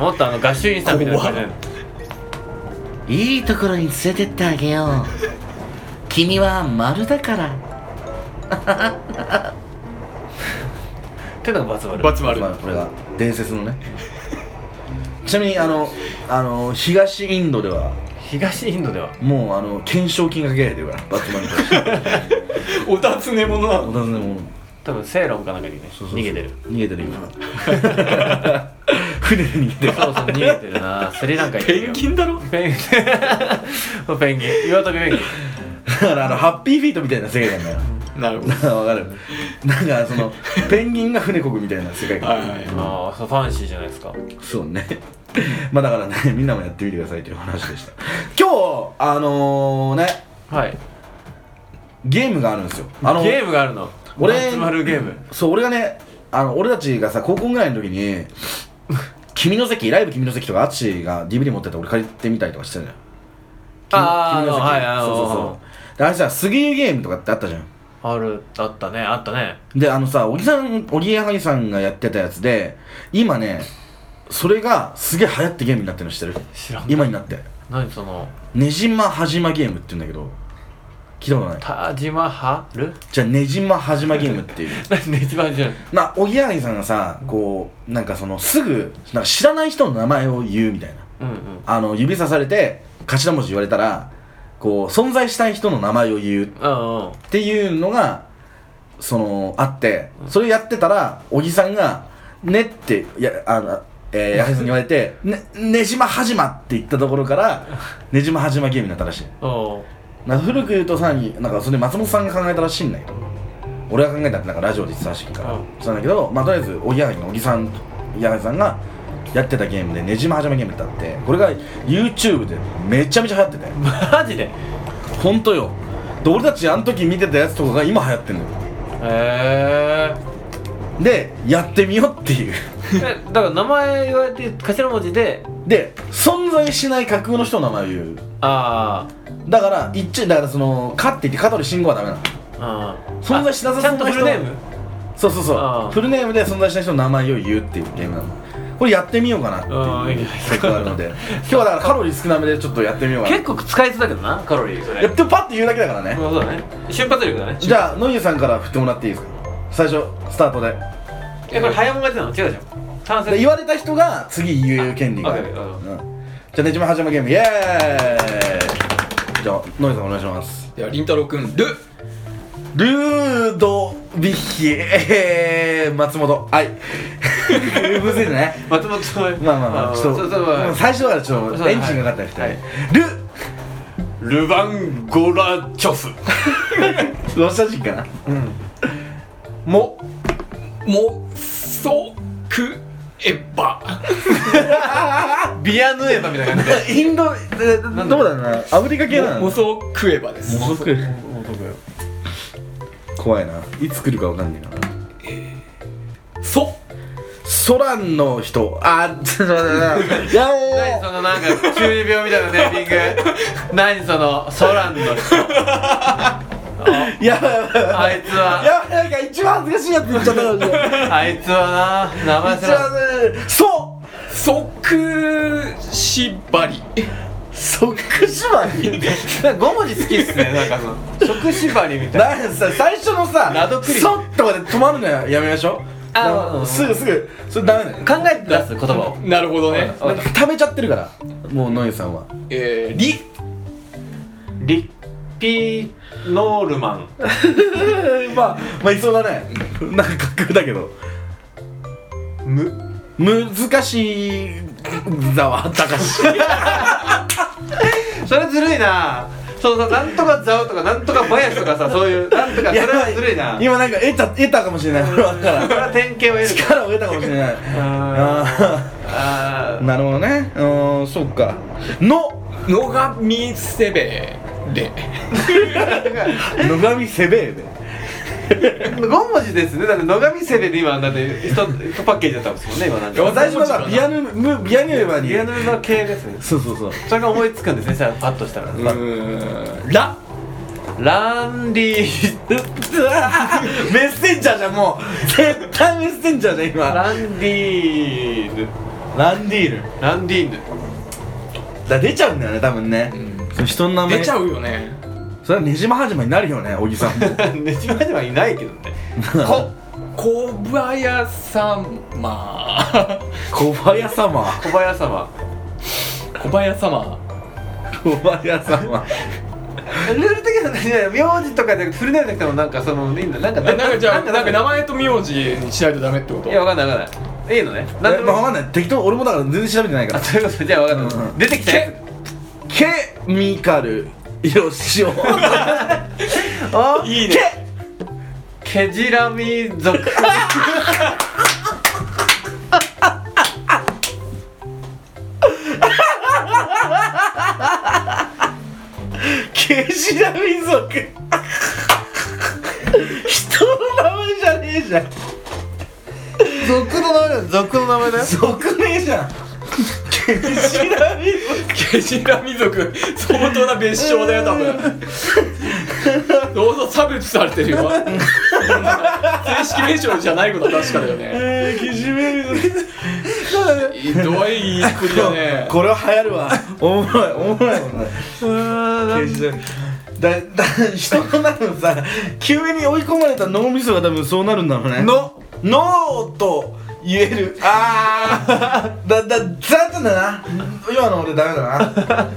[SPEAKER 1] もっとあの合衆院さんみたいな声じゃないの
[SPEAKER 2] いいところに連れてってあげよう君は丸だから」
[SPEAKER 1] ってのがバツ丸
[SPEAKER 3] バツ丸
[SPEAKER 2] まあこれが伝説のねちなみにあのあの東インドでは
[SPEAKER 1] 東インドでは
[SPEAKER 2] もうあの懸賞金がけられてるからバツマンに対して
[SPEAKER 3] お尋ね者なの
[SPEAKER 2] お尋ねも
[SPEAKER 1] 多分セーロンかなんかにね逃げてる
[SPEAKER 2] 逃げてる今船で逃げて
[SPEAKER 1] そ
[SPEAKER 2] る
[SPEAKER 1] うそう逃げてるなスリランカ行ってる
[SPEAKER 3] ペ
[SPEAKER 1] よ
[SPEAKER 3] ンギンだろ
[SPEAKER 1] ペンギンペンギン岩飛びペンギン
[SPEAKER 2] だからあのハッピーフィートみたいな世界観だよ
[SPEAKER 3] なるほ
[SPEAKER 2] な わかるなんかそのペンギンが船こぐみたいな世界
[SPEAKER 3] ど
[SPEAKER 2] 観、
[SPEAKER 3] はいはいは
[SPEAKER 1] ああそうファンシーじゃないですか
[SPEAKER 2] そうね まあだからねみんなもやってみてくださいという話でした今日あのー、ね
[SPEAKER 1] はい
[SPEAKER 2] ゲームがあるんですよあの
[SPEAKER 1] ゲームがあるの
[SPEAKER 2] 俺
[SPEAKER 1] 集まるゲーム
[SPEAKER 2] そう俺がねあの俺たちがさ高校ぐらいの時に「君の席」ライブ「君の席」とかアッチが DVD 持ってて俺借りてみたりとかしてたのよ君
[SPEAKER 1] あー
[SPEAKER 2] 君の席
[SPEAKER 1] あのはいあの
[SPEAKER 2] そうそうそうであれさ「すげえゲーム」とかってあったじゃん
[SPEAKER 1] あるあったねあったね
[SPEAKER 2] であのさ小木さん小木やはぎさんがやってたやつで今ねそれがすげえ流行ってゲームになってるの知ってる
[SPEAKER 1] 知らん
[SPEAKER 2] 今になって
[SPEAKER 1] 何その
[SPEAKER 2] ねじまはじまゲームって言うんだけど聞いたことない
[SPEAKER 1] 田島はる
[SPEAKER 2] じゃあねじまはじまゲームっていう
[SPEAKER 1] 何で一番じゃん
[SPEAKER 2] まあ、おぎやはぎさんがさ、こう、なんかその、すぐ、なんか知らない人の名前を言うみたいな。
[SPEAKER 1] うんうん
[SPEAKER 2] あの、指さされて、頭文字言われたら、こう、存在したい人の名前を言うっ
[SPEAKER 1] うんうん
[SPEAKER 2] ていうのが、その、あって、それやってたら、おぎさんが、ねって、や、あの、 えー、やはぎさんに言われて、ね、ねじまはじまって言ったところ から、ねじまはじまゲームになったらしい。
[SPEAKER 1] おう
[SPEAKER 2] なんか古く言うとさらになんかそれ松本さんが考えたらしいんだけど俺が考えたってなんかラジオで言ってたらしいから、
[SPEAKER 1] うん
[SPEAKER 2] そうなんだけどまあとりあえずおぎやはぎの小木さんおぎやはぎさんがやってたゲームでねじまはじまゲームってあってこれが YouTube でめちゃめちゃ流行ってて
[SPEAKER 1] マジで
[SPEAKER 2] ほんとよで俺たちあの時見てたやつとかが今流行ってんのよ
[SPEAKER 1] へえ
[SPEAKER 2] でやってみようっていう
[SPEAKER 1] えだから名前言われて頭文字で
[SPEAKER 2] で存在しない架空の人の名前を言う
[SPEAKER 1] あ
[SPEAKER 2] だから一応だからその「か」って言って香取慎吾はダメなの
[SPEAKER 1] ーあー
[SPEAKER 2] 存在しなさそうな人
[SPEAKER 1] ちゃんとフルネーム
[SPEAKER 2] そうそう
[SPEAKER 1] あ
[SPEAKER 2] そ
[SPEAKER 1] あ
[SPEAKER 2] うフルネームで存在しない人の名前を言うっていうゲームなのこれやってみようかなっていう企画があるの で今日はだからカロリー少なめでちょっとやってみようかな
[SPEAKER 1] 結構使いそうだけどなカロリーそれ
[SPEAKER 2] やってパッて言うだけだからね
[SPEAKER 1] まあそうだね瞬発力だね
[SPEAKER 2] じゃあノイエさんから振ってもらっていいですか最初スタートで
[SPEAKER 1] えこれ早もが出たの違うじゃん単
[SPEAKER 2] で
[SPEAKER 1] 線
[SPEAKER 2] 言われた人が次言う権利がある、
[SPEAKER 1] あ
[SPEAKER 2] うん
[SPEAKER 1] ああ
[SPEAKER 2] じゃあねじまはじまゲームイエーイじゃあノイエさんお願いします
[SPEAKER 3] いではりんたろうくんル
[SPEAKER 2] ルードビヒえー松本 はいむずいね
[SPEAKER 1] 松本さん
[SPEAKER 2] まあまあまあ、ちょっと、
[SPEAKER 1] そうそうまあ
[SPEAKER 2] 最初だからちょっ
[SPEAKER 1] そう
[SPEAKER 2] とエンジンがかかった
[SPEAKER 1] は
[SPEAKER 2] り
[SPEAKER 1] い
[SPEAKER 2] して、ル
[SPEAKER 1] ルバンゴラチョフ
[SPEAKER 2] ロシア人かな
[SPEAKER 3] ももそくえば
[SPEAKER 1] ビアヌエバみたいな感じで
[SPEAKER 2] インド、えどうだろうな、アフリカ系なの
[SPEAKER 3] もそくえばです
[SPEAKER 2] もそく怖いな、いつ来るかわかんねえな
[SPEAKER 3] そ
[SPEAKER 2] 空の人、あ、ちょっと待っていやー
[SPEAKER 1] 何そのなんか中二病みたいなネーミング何そのソランの人
[SPEAKER 2] やばいやばいやば
[SPEAKER 1] あ
[SPEAKER 2] い
[SPEAKER 1] いつは
[SPEAKER 2] やばい、なんか一番恥ずかしいやつ言っちゃったかもしれない
[SPEAKER 1] あいつはな名前
[SPEAKER 2] 一
[SPEAKER 1] 知らん
[SPEAKER 2] 番恥ずかしい そ
[SPEAKER 3] そくしばり
[SPEAKER 2] そっくしばり
[SPEAKER 1] なんか5文字好きっすねなんかその食縛りみたいな
[SPEAKER 2] なんかさ最初のさ
[SPEAKER 1] ラドクリ
[SPEAKER 2] そっとかで止まるのやめましょう
[SPEAKER 1] あ
[SPEAKER 2] な
[SPEAKER 1] うん
[SPEAKER 2] すぐすぐそれダメだよ
[SPEAKER 1] 考えて出す言葉を
[SPEAKER 3] なるほどね
[SPEAKER 2] なんか食べちゃってるからもうノイさんは
[SPEAKER 3] えー、り
[SPEAKER 1] リピノールマン
[SPEAKER 2] まあまあいそうだねなんか架空だけど
[SPEAKER 1] む
[SPEAKER 2] 難しいざわたかし
[SPEAKER 1] それずるいなそうそうなんとかザオとかなんとかバヤシとかさそういうなんとかそれはずるいな
[SPEAKER 2] 今なんか得た得たかもしれないフロアか
[SPEAKER 1] それ
[SPEAKER 2] ら
[SPEAKER 1] は典型を得る
[SPEAKER 2] 力を得たかもしれない
[SPEAKER 1] あ
[SPEAKER 2] あ
[SPEAKER 1] ーあ
[SPEAKER 2] ーなるほどねうーんそっかの
[SPEAKER 3] のがみせべれ
[SPEAKER 2] 野上せべえで
[SPEAKER 1] ー5文字ですねだって野上セレで今だって一つパッケージだったんですもんね今なん
[SPEAKER 3] よ
[SPEAKER 1] か
[SPEAKER 3] っ
[SPEAKER 2] 最初はさビアヌムビアヌエバに
[SPEAKER 1] リアルな系ですね
[SPEAKER 2] そうそうそう
[SPEAKER 1] それが思いつくんですねさパッとしたら
[SPEAKER 3] うーんら
[SPEAKER 1] ランリー
[SPEAKER 2] うわーメッセンジャーじゃんもう絶対メッセンジャーじゃん今
[SPEAKER 1] ランディーヌ
[SPEAKER 2] ランディール
[SPEAKER 1] ランディーヌ
[SPEAKER 2] だから出ちゃうんだよね多分ね、その人の名前
[SPEAKER 3] 出ちゃうよね
[SPEAKER 2] それはねじまはじまになるよね小木さんも
[SPEAKER 1] ねじまではいないけどね
[SPEAKER 3] こ小林様
[SPEAKER 2] 小林様
[SPEAKER 1] 小林様
[SPEAKER 3] 小林様
[SPEAKER 2] 小林様
[SPEAKER 1] ルール的には何じゃない名字とかじゃなくてフルネームなくてもなんかそのいいんだなんか
[SPEAKER 3] なんかじゃあなんか名
[SPEAKER 1] 前
[SPEAKER 3] 前と名字にしないとダメってこと
[SPEAKER 1] いやわかんないわかんないいいのね
[SPEAKER 2] まあ、
[SPEAKER 1] 何でも
[SPEAKER 2] わかんない適当俺もだから全然調べてないか
[SPEAKER 1] あ
[SPEAKER 2] ら
[SPEAKER 1] そういうこと じゃあ分かった、
[SPEAKER 2] うん
[SPEAKER 1] 出てきたやつ
[SPEAKER 2] ケミカルよしお
[SPEAKER 1] あ
[SPEAKER 3] いいね
[SPEAKER 1] ケジラミ族
[SPEAKER 2] ケジラ民族人の名前じゃねえじゃん
[SPEAKER 1] 族の名前だよ族の名前だよ
[SPEAKER 2] 俗名じゃんケジラ民族
[SPEAKER 3] ケジラ民族相当な別称だよ多分どうぞ差別されてるよ正式名称じゃないことは確かだよね
[SPEAKER 2] えー、ケジラ民族
[SPEAKER 3] ひどい国だね
[SPEAKER 2] これは流行るわおもろいおもろいもんねケジラだだ人の多分さ急に追い込まれた脳みそが多分そうなるんだろうね
[SPEAKER 1] の
[SPEAKER 2] ノーと言えるあ ーだだ残念だな今の俺ダメだな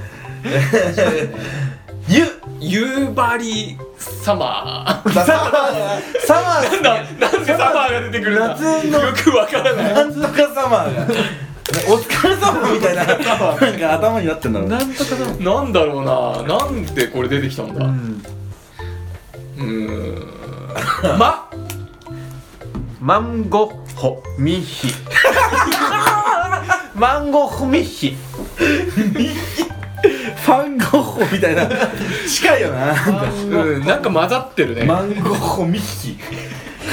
[SPEAKER 2] ゆ
[SPEAKER 3] 夕張様
[SPEAKER 2] だサマーサマー
[SPEAKER 3] ななんでサマーが出てくるんだ
[SPEAKER 2] 夏の
[SPEAKER 3] よくわからない
[SPEAKER 2] なんとかサマーがお疲れ様みたいななんか頭になってんだろうね
[SPEAKER 1] んとかだ
[SPEAKER 3] なんだろうななんでこれ出てきたんだうーんま
[SPEAKER 1] マンゴホミヒマンゴホ ミヒ
[SPEAKER 2] ファンゴッホみたいな近いよな
[SPEAKER 3] うんなんか混ざってるね
[SPEAKER 2] マンゴッホミッキー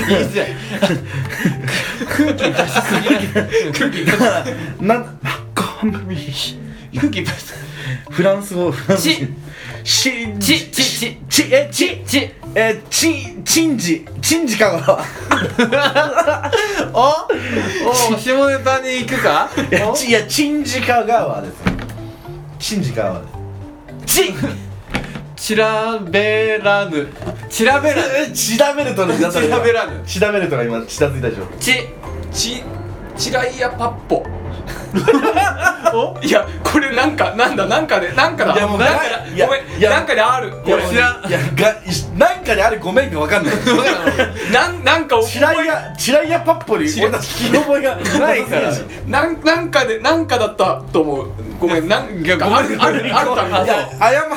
[SPEAKER 1] 言いづらい空気出しすぎだ
[SPEAKER 2] なんマンゴッホミッキー
[SPEAKER 1] 空気出しす
[SPEAKER 2] フランス語フランス語し
[SPEAKER 1] ちちち
[SPEAKER 2] ちえち
[SPEAKER 1] ぎち
[SPEAKER 2] えー、ちん、ちんじ、ちんじかこ
[SPEAKER 1] おお下ネタに行く か
[SPEAKER 2] れは。 いや、ちんじかがわです。ちんじかわで
[SPEAKER 1] ちちらべらぬちらべらぬ
[SPEAKER 2] す。え、ちだベルトの
[SPEAKER 1] ちらべらぬ
[SPEAKER 2] ちだベルトが今、ちたついたでしょ。
[SPEAKER 1] ち
[SPEAKER 3] ちチライヤパッポいやこれなんかなんだなんかでなんかだ
[SPEAKER 2] いやもう
[SPEAKER 3] なん
[SPEAKER 2] な
[SPEAKER 3] かだ
[SPEAKER 2] いや
[SPEAKER 3] ごめん
[SPEAKER 2] いや
[SPEAKER 3] なんかである
[SPEAKER 2] い
[SPEAKER 3] こ
[SPEAKER 2] や、
[SPEAKER 3] れ
[SPEAKER 2] 知らん。いや、が、いしなんかにあるごめんがわかん ない。
[SPEAKER 3] なんなんか
[SPEAKER 2] ちらいや、ちらいやパッポに、
[SPEAKER 3] ちら
[SPEAKER 2] 俺たち聞き覚えがないから。い
[SPEAKER 3] なんなんかでなんかだったと思うごめんなん
[SPEAKER 1] いやご
[SPEAKER 3] か
[SPEAKER 1] めん
[SPEAKER 3] あるあるあるたんだ
[SPEAKER 2] や、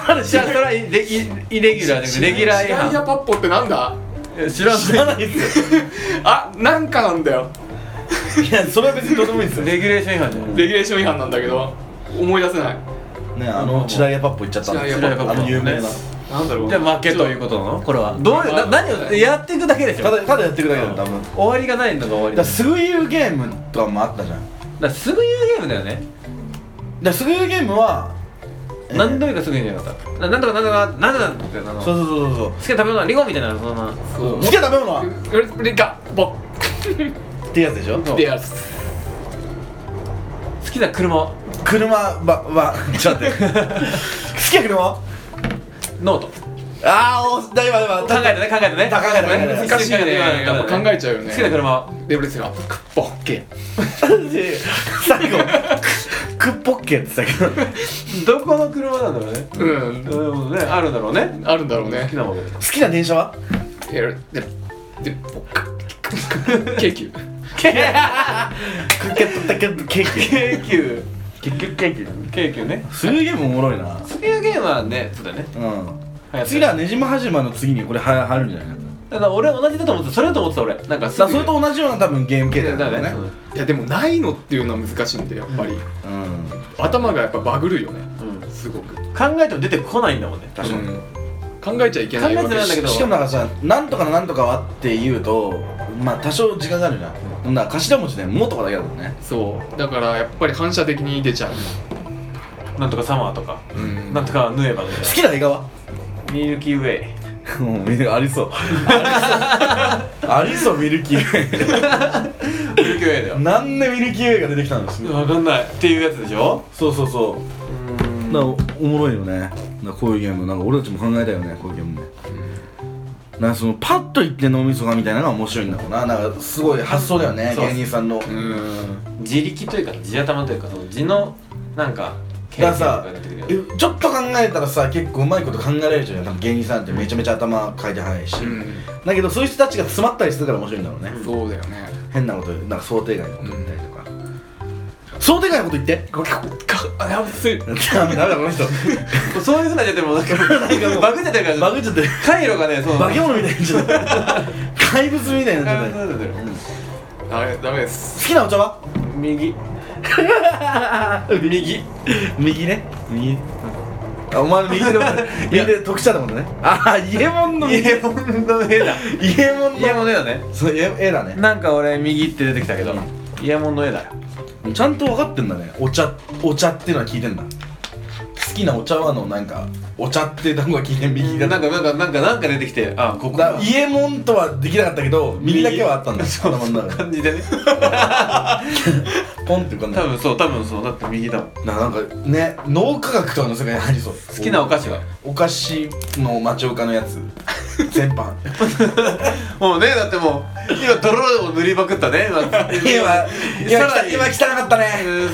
[SPEAKER 2] 謝る
[SPEAKER 1] じ
[SPEAKER 2] し
[SPEAKER 1] ゃあそれはイレギイレギュラーじゃなくてレギュラー違
[SPEAKER 3] チライヤ
[SPEAKER 1] 反
[SPEAKER 3] パッポってなんだ
[SPEAKER 1] いや知ら
[SPEAKER 2] 知らないですよ。
[SPEAKER 3] あなんかなんだよ
[SPEAKER 2] いや、それは別にどうでもいいですよ。ね、
[SPEAKER 1] レギュレーション違反じゃない
[SPEAKER 3] レギュレーション違反なんだけど思い出せない
[SPEAKER 2] あの、ちらいやパッポ言っちゃったんですよ。
[SPEAKER 3] ちらいやパッポ
[SPEAKER 2] あの、有名な。
[SPEAKER 3] なんだろう
[SPEAKER 1] じゃあ負けということなのこれはどういうな何をやっていくだけでしょ
[SPEAKER 2] ただ、ただやってくだけだよ、多分。
[SPEAKER 1] 終わりがないのが終わり
[SPEAKER 2] だ
[SPEAKER 1] だ
[SPEAKER 2] からすぐ言うゲームとかもあったじゃんだか
[SPEAKER 1] だからすぐ言うゲームだよね
[SPEAKER 2] らすぐ言うゲームは
[SPEAKER 1] 何でもいいからすぐ言うんじゃなかったななんとかなんとかなんとかなんとかってあの
[SPEAKER 2] そ
[SPEAKER 1] 好
[SPEAKER 2] うそうそうそう
[SPEAKER 1] きな食べ物はリゴみたいなそんな
[SPEAKER 2] そう好きな食べ物はっ
[SPEAKER 3] レレガボ
[SPEAKER 2] てやつでしょ
[SPEAKER 3] ッであす
[SPEAKER 1] 好きな車は
[SPEAKER 2] 車ははちょっと待って好きな車は
[SPEAKER 1] ノート考
[SPEAKER 2] ああおだ今今
[SPEAKER 1] えたね考えたね
[SPEAKER 2] 考えたね
[SPEAKER 3] 難しいねやっぱ考えちゃうよね
[SPEAKER 1] 好きな車は
[SPEAKER 3] レブレスがボッケ
[SPEAKER 2] 最後クッポッケって言ってたけど
[SPEAKER 1] どこの車なんだろうね
[SPEAKER 3] うん
[SPEAKER 1] うんねあるんだろうね
[SPEAKER 3] あるんだろう
[SPEAKER 1] 好
[SPEAKER 3] ね
[SPEAKER 1] きなもの
[SPEAKER 2] 好きな電車は
[SPEAKER 3] でででボッケケーキ
[SPEAKER 2] クッケットだけどケーキ
[SPEAKER 1] 京急結局京急京急ね
[SPEAKER 2] すぐゲームおもろいな
[SPEAKER 1] そういうゲームはねそうだね
[SPEAKER 2] う
[SPEAKER 1] 流行ってる
[SPEAKER 2] ん次はねじまはじまの次にこれは入るんじゃないか
[SPEAKER 1] だから俺同じだと思ってたそれだと思ってた俺なんかす
[SPEAKER 2] だから
[SPEAKER 1] ぐ
[SPEAKER 2] それと同じような多分ゲーム系だ
[SPEAKER 1] だ
[SPEAKER 2] よ
[SPEAKER 1] ね
[SPEAKER 2] ね
[SPEAKER 3] いやでもないのっていうのは難しいんでやっぱり
[SPEAKER 2] うん
[SPEAKER 3] 頭がやっぱバグるよね
[SPEAKER 1] うん考
[SPEAKER 3] すごく
[SPEAKER 1] えても出てこないんだもんね
[SPEAKER 2] 確かに
[SPEAKER 3] 考えちゃいけないわ
[SPEAKER 1] 考えてないんだけ
[SPEAKER 3] け
[SPEAKER 1] ど
[SPEAKER 2] しかもなんかさ「なんとかのなんとかは」って言うとまあ多少時間があるじゃん、ほん、なら頭文字ね「も」とかだけだもんね
[SPEAKER 3] そうだからやっぱり反射的に出ちゃう
[SPEAKER 1] なんとかサマーとか
[SPEAKER 3] うん
[SPEAKER 1] なんとかヌエバとか
[SPEAKER 2] 好きな映画は
[SPEAKER 1] ミルキーウェイ
[SPEAKER 2] もうありそうありそうミルキーウェ
[SPEAKER 1] ミルキーウェイだよ
[SPEAKER 2] イなんでミルキーウェイが出てきたんですね
[SPEAKER 1] わかんないっていうやつでしょ
[SPEAKER 2] そうそうそうなおもろいよねなこういうゲームなんか俺たちも考えたよねこういうゲームねなんかそのパッといって脳みそがみたいなのが面白いんだろうななんかすごい発想だよね
[SPEAKER 1] そう
[SPEAKER 2] 芸人さんの
[SPEAKER 3] うん
[SPEAKER 1] 自力というか地頭というかその地のなんか
[SPEAKER 2] だからさ
[SPEAKER 1] 経験とかになってくるよ
[SPEAKER 2] ちょっと考えたらさ結構うまいこと考えられるじゃん多分芸人さんってめちゃめちゃ頭回転早いし、
[SPEAKER 3] うん
[SPEAKER 2] だけどそういう人たちが詰まったりするから面白いんだろうね、
[SPEAKER 3] そうだよね
[SPEAKER 2] 変なことなんか想定外のこと言ったりとか、想定外のこと言ってこれ
[SPEAKER 3] あやばすい
[SPEAKER 2] ダメだこの人
[SPEAKER 1] そういうふうなやつでもなんかバグっちゃってるか
[SPEAKER 2] バ
[SPEAKER 1] ら
[SPEAKER 2] グっちゃってる
[SPEAKER 1] 回路がねその
[SPEAKER 2] 化け物みたいになっちゃった怪物みたいになっちゃった
[SPEAKER 1] 怪物になっちゃってる
[SPEAKER 3] ダメダメです
[SPEAKER 2] 好きなお茶は
[SPEAKER 1] 右
[SPEAKER 2] 右右ね右あお前の右手で右手で特茶だもんねああ家門の
[SPEAKER 1] 家
[SPEAKER 2] 家
[SPEAKER 1] もの絵だ
[SPEAKER 2] 門の
[SPEAKER 1] 家もの絵だね
[SPEAKER 2] そう絵絵だね
[SPEAKER 1] なんか俺右って出てきたけど家もの絵だよ
[SPEAKER 2] ちゃんと分かってんだねお茶お茶っていうのは聞いてんだ好きなお茶はのなんかお茶って単語は聞いて右
[SPEAKER 1] なん
[SPEAKER 2] だ
[SPEAKER 1] かなんかなんかなんか出てきてあここ
[SPEAKER 2] だ家門とはできなかったけど右だけはあったんだ
[SPEAKER 1] そう
[SPEAKER 2] 頭
[SPEAKER 1] そん
[SPEAKER 2] の
[SPEAKER 1] な
[SPEAKER 2] 中で
[SPEAKER 1] 感じでね
[SPEAKER 2] ポンって浮かんだ
[SPEAKER 1] 多分そう多分そうだって右だもん好
[SPEAKER 2] ななんかね脳科学とかの世界に入りそう好
[SPEAKER 1] きなお菓子は
[SPEAKER 2] お菓子の町岡のやつ全般
[SPEAKER 1] もうねだってもう今泥を塗りまくったね 今
[SPEAKER 2] 今今
[SPEAKER 1] さらに
[SPEAKER 2] 今汚かったね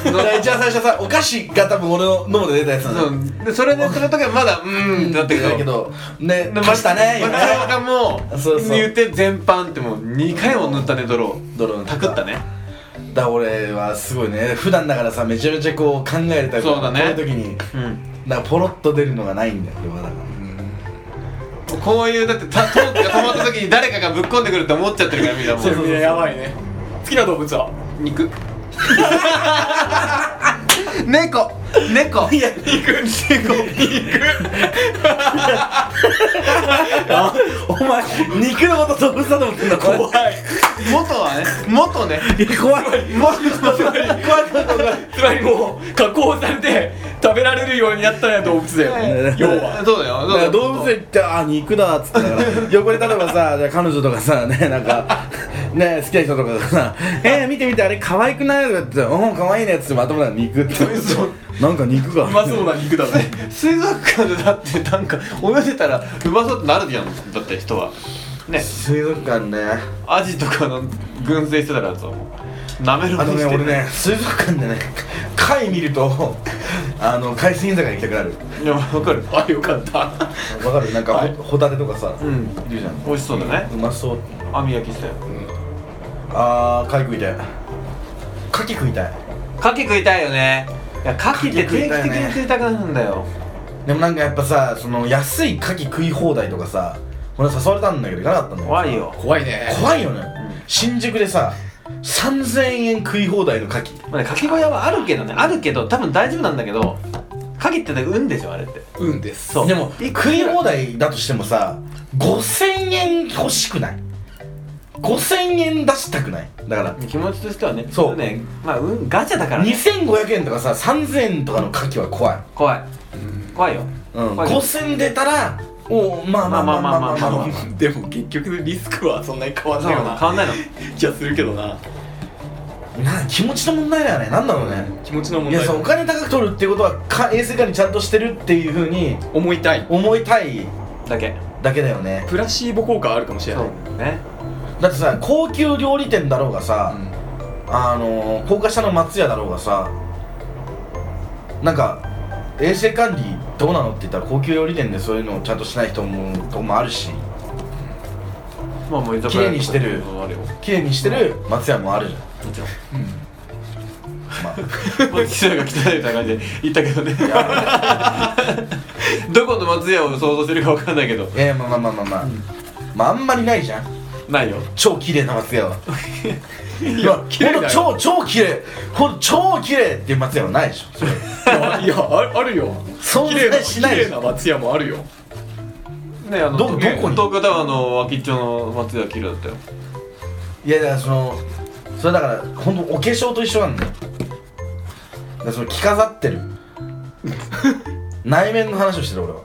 [SPEAKER 1] う
[SPEAKER 2] だ
[SPEAKER 1] ん
[SPEAKER 2] から一番最初さお菓子が多分俺の脳で出たやつなんだよ
[SPEAKER 1] そうでそれでその時はまだうーんってなって
[SPEAKER 2] だ
[SPEAKER 1] る
[SPEAKER 2] け
[SPEAKER 1] けど
[SPEAKER 2] どね
[SPEAKER 1] ま
[SPEAKER 2] ましたね今ね
[SPEAKER 1] 松岡も
[SPEAKER 2] そうそう
[SPEAKER 1] 言って全般ってもう2回も塗ったね泥を
[SPEAKER 2] 泥の
[SPEAKER 1] たくったね
[SPEAKER 2] だから俺はすごいね普段だからさめちゃめちゃこう考えるタイプ
[SPEAKER 1] そうだね
[SPEAKER 2] こういう時に
[SPEAKER 1] うん
[SPEAKER 2] だからポロッと出るのがないんだよ俺はだか
[SPEAKER 1] こういうだってたトークが止まった時に誰かがぶっ込んでくるって思っちゃってるからみんなも
[SPEAKER 3] みんなやばいね好きな動物は
[SPEAKER 1] 肉猫猫
[SPEAKER 2] らいや行く行く お前肉のこと動物だと思ってんだ怖い
[SPEAKER 3] はい
[SPEAKER 1] 元はね元ね
[SPEAKER 2] 怖い
[SPEAKER 1] 元怖い
[SPEAKER 3] つまりもう加工されて食べられるようになったのは動物だよね
[SPEAKER 2] ね
[SPEAKER 3] 要は
[SPEAKER 1] そうだよ
[SPEAKER 2] だから動物園行ってあー肉だっつってだから 横で例えばさじゃあ彼女とかさねなんかね好きな人とかが さ「えー、見て見てあれ可愛くない?」とかって「うん可愛いね」っつってまともな肉ってなんか肉が
[SPEAKER 3] うまそうな肉だね
[SPEAKER 1] 水族館でだってなんか泳いでたらうまそうってなるじゃんだって人はね
[SPEAKER 2] 水族館ね
[SPEAKER 1] アジとかの群生してたらそうなめる
[SPEAKER 2] あと
[SPEAKER 1] もの
[SPEAKER 2] ね
[SPEAKER 1] して
[SPEAKER 2] 俺ね水族館でね貝見る とあの海水居酒屋行きたくなる
[SPEAKER 1] いやわ かる
[SPEAKER 3] あよかった
[SPEAKER 2] わかるなんか
[SPEAKER 3] はい
[SPEAKER 2] ほホタテとかさ、
[SPEAKER 1] うん
[SPEAKER 2] いるじゃん
[SPEAKER 1] 美味しそうだね
[SPEAKER 2] うまそう
[SPEAKER 1] 網焼きしたよ
[SPEAKER 2] あー貝食いたい牡蠣食いたい
[SPEAKER 1] 牡蠣食いたいよねいや牡蠣って定期的
[SPEAKER 2] 牡蠣食いたいね
[SPEAKER 1] に食いたくなるんだよ
[SPEAKER 2] でもなんかやっぱさその安い牡蠣食い放題とかさ俺誘われたんだけど行かなかったんだよ
[SPEAKER 1] 怖いよ
[SPEAKER 3] 怖いね
[SPEAKER 2] 怖いよね、新宿でさ3000円食い放題の牡蠣
[SPEAKER 1] まあね、かき小屋はあるけどねあるけど多分大丈夫なんだけどかきってね運でしょあれって
[SPEAKER 3] うんです
[SPEAKER 1] そう
[SPEAKER 2] でも
[SPEAKER 1] い
[SPEAKER 2] 食い放題だとしてもさ5000円欲しくない5000円出したくないだから
[SPEAKER 1] 気持ちとしてはね
[SPEAKER 2] そう
[SPEAKER 1] ねまあ、うん、ガチャだから、ね、
[SPEAKER 2] 2500円とかさ3000円とかの牡蠣は怖い、
[SPEAKER 1] 怖い怖いよ、
[SPEAKER 2] うん、
[SPEAKER 1] 怖いよ
[SPEAKER 2] 5000円出たらおうまあまあまあまあまあまあ、まあ、
[SPEAKER 3] でも結局リスクはそんなに変わん
[SPEAKER 1] そう
[SPEAKER 3] ないよ
[SPEAKER 1] 変わ
[SPEAKER 3] なん
[SPEAKER 1] ないの
[SPEAKER 3] 気はするけどな
[SPEAKER 2] な気持ちの問題だよねなんだろうね、
[SPEAKER 3] 気持ちの問
[SPEAKER 2] いや
[SPEAKER 3] 題
[SPEAKER 2] そうお金高く取るっていうことはか衛生管理ちゃんとしてるっていうふうに
[SPEAKER 3] 思いたい
[SPEAKER 2] 思いたい
[SPEAKER 1] だけ
[SPEAKER 2] だけだよね
[SPEAKER 3] プラシーボ効果あるかもしれ
[SPEAKER 1] そ
[SPEAKER 3] ないう
[SPEAKER 1] ね
[SPEAKER 2] だってさ高級料理店だろうがさ、あのー高架下の松屋だろうがさなんか衛生管理どうなのって言ったら高級料理店でそういうのをちゃんとしない人もとこもあるし
[SPEAKER 1] まあもう居酒屋
[SPEAKER 2] 綺麗にしてる
[SPEAKER 1] とかあるよも
[SPEAKER 2] 綺麗にしてる松屋もあるじゃん
[SPEAKER 1] ちろん
[SPEAKER 2] まあ
[SPEAKER 1] 松屋が汚いみたいな感じで言ったけどね どこの松屋を想像してるかわかんないけど
[SPEAKER 2] いやいやまあまあまあまあまあ、まああんまりないじゃん
[SPEAKER 1] ないよ
[SPEAKER 2] 超綺麗な松屋はいやほん
[SPEAKER 3] 綺麗だよ
[SPEAKER 2] と超超綺麗ほんと超綺麗っていう松屋はないでしょそれ
[SPEAKER 3] いやあるあるよ
[SPEAKER 2] 存
[SPEAKER 3] 綺麗な
[SPEAKER 2] 在し
[SPEAKER 3] 綺
[SPEAKER 2] ないで
[SPEAKER 3] 麗
[SPEAKER 2] しょ
[SPEAKER 3] な松屋もあるよ
[SPEAKER 1] ねあ
[SPEAKER 2] ど
[SPEAKER 1] の
[SPEAKER 2] どこに
[SPEAKER 1] 東京タワーの脇っちょの松屋綺麗だったよ
[SPEAKER 2] いやだからそのそれだから本当お化粧と一緒なんだよだからその着飾ってる内面の話をしてる俺は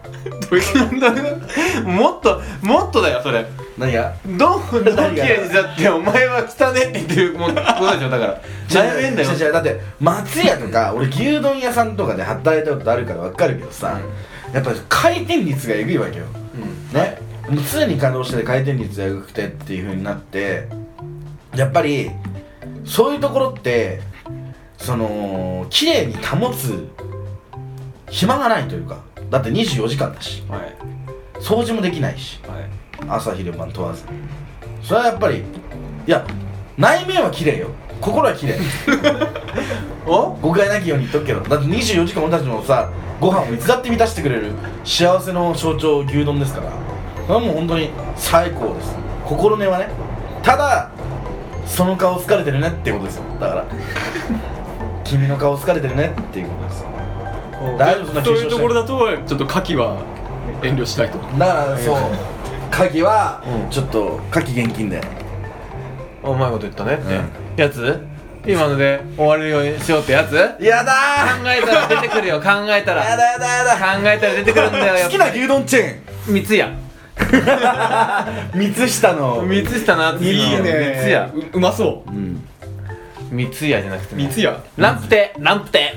[SPEAKER 3] どういうこ
[SPEAKER 1] もっともっとだよそれ
[SPEAKER 2] 何が
[SPEAKER 1] どうどう綺麗にしたってお前は汚ねって言ってるもんことでしょだから内面だよ
[SPEAKER 2] 違う違うだって松屋とか俺牛丼屋さんとかで働いたことあるから分かるけどさ、やっぱり回転率がえぐいわけよ、ねもう常に稼働してて回転率がえぐくてっていう風になってやっぱりそういうところってその綺麗に保つ暇がないというかだって24時間だし
[SPEAKER 1] はい
[SPEAKER 2] 掃除もできないし
[SPEAKER 1] はい
[SPEAKER 2] 朝昼晩問わずそれはやっぱりいや内面は綺麗よ心は綺麗 お誤解なきように言っとくけどだって24時間俺たちのさご飯をいつだって満たしてくれる幸せの象徴牛丼ですからそれはもう本当に最高です心根はねただその顔疲れてるねっていうことですよだから 君の顔疲れてるねっていうことです大丈夫そんな
[SPEAKER 3] そう
[SPEAKER 2] 緊張
[SPEAKER 3] い
[SPEAKER 2] しな
[SPEAKER 3] う
[SPEAKER 2] い
[SPEAKER 3] ところだとちょっと牡蠣は遠慮したいと
[SPEAKER 2] だからそう牡蠣は
[SPEAKER 1] うん
[SPEAKER 2] ちょっと牡蠣現金で
[SPEAKER 1] うまいこと言ったねって、やつ今ので終わるようにしようってやつ考
[SPEAKER 2] やだー
[SPEAKER 1] えたら出てくるよ考えたら
[SPEAKER 2] やだやだやだ
[SPEAKER 1] 考えたら出てくるんだよやっ
[SPEAKER 2] 好きな牛丼チェ
[SPEAKER 1] ぱ三ツ矢
[SPEAKER 2] ーン三下の
[SPEAKER 1] 三ツ下の次
[SPEAKER 2] いいね
[SPEAKER 1] 三ツ矢
[SPEAKER 3] ううまそう
[SPEAKER 2] うん
[SPEAKER 1] 三ツ矢じゃなくてね
[SPEAKER 3] 三ツ矢
[SPEAKER 1] ランプ亭ランプ亭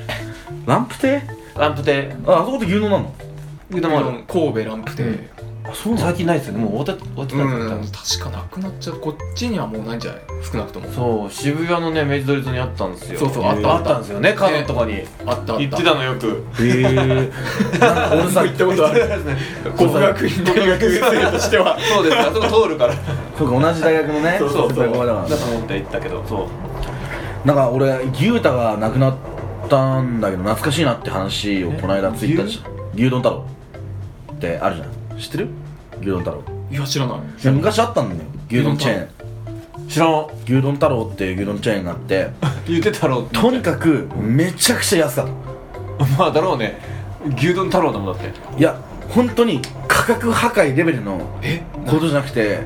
[SPEAKER 2] ランプ亭
[SPEAKER 1] ランプ亭
[SPEAKER 2] ああそこって牛丼なの
[SPEAKER 1] うどんもある
[SPEAKER 3] 神戸ランプ亭
[SPEAKER 2] あそう
[SPEAKER 1] 最近ないですよねもう終わった終わってたんですよ多
[SPEAKER 3] うん
[SPEAKER 1] 分
[SPEAKER 3] 確かなくなっちゃうこっちにはもうないんじゃない少なくとも
[SPEAKER 1] そう渋谷のね明治通り沿いにあったんですよ
[SPEAKER 3] そうそう
[SPEAKER 2] あった
[SPEAKER 1] あったんですよねカノンとかに
[SPEAKER 3] あったあった
[SPEAKER 1] 行ってたのよく
[SPEAKER 2] へえ 俺さ
[SPEAKER 3] 行ったことある国学院大学生としては
[SPEAKER 1] そうですあそこ通るから
[SPEAKER 2] そうか同じ大学のね
[SPEAKER 1] そうそうそう
[SPEAKER 2] 先輩後輩だから
[SPEAKER 1] だと思って行ったけどそう
[SPEAKER 2] なんか俺牛太が亡くなったんだけど懐かしいなって話をこの間ツイッターでした牛丼太郎ってあるじゃん知ってる牛丼太郎
[SPEAKER 3] いや知らない
[SPEAKER 2] いや昔あったんだよ牛丼チェーン
[SPEAKER 1] 知らん
[SPEAKER 2] 牛丼太郎っていう牛丼チェーンがあって
[SPEAKER 1] 言ってたろうって
[SPEAKER 2] とにかくめちゃくちゃ安かっ
[SPEAKER 1] まあだろうね牛丼太郎だもんだって
[SPEAKER 2] たいや本当に価格破壊レベルの
[SPEAKER 3] え
[SPEAKER 2] ことじゃなくて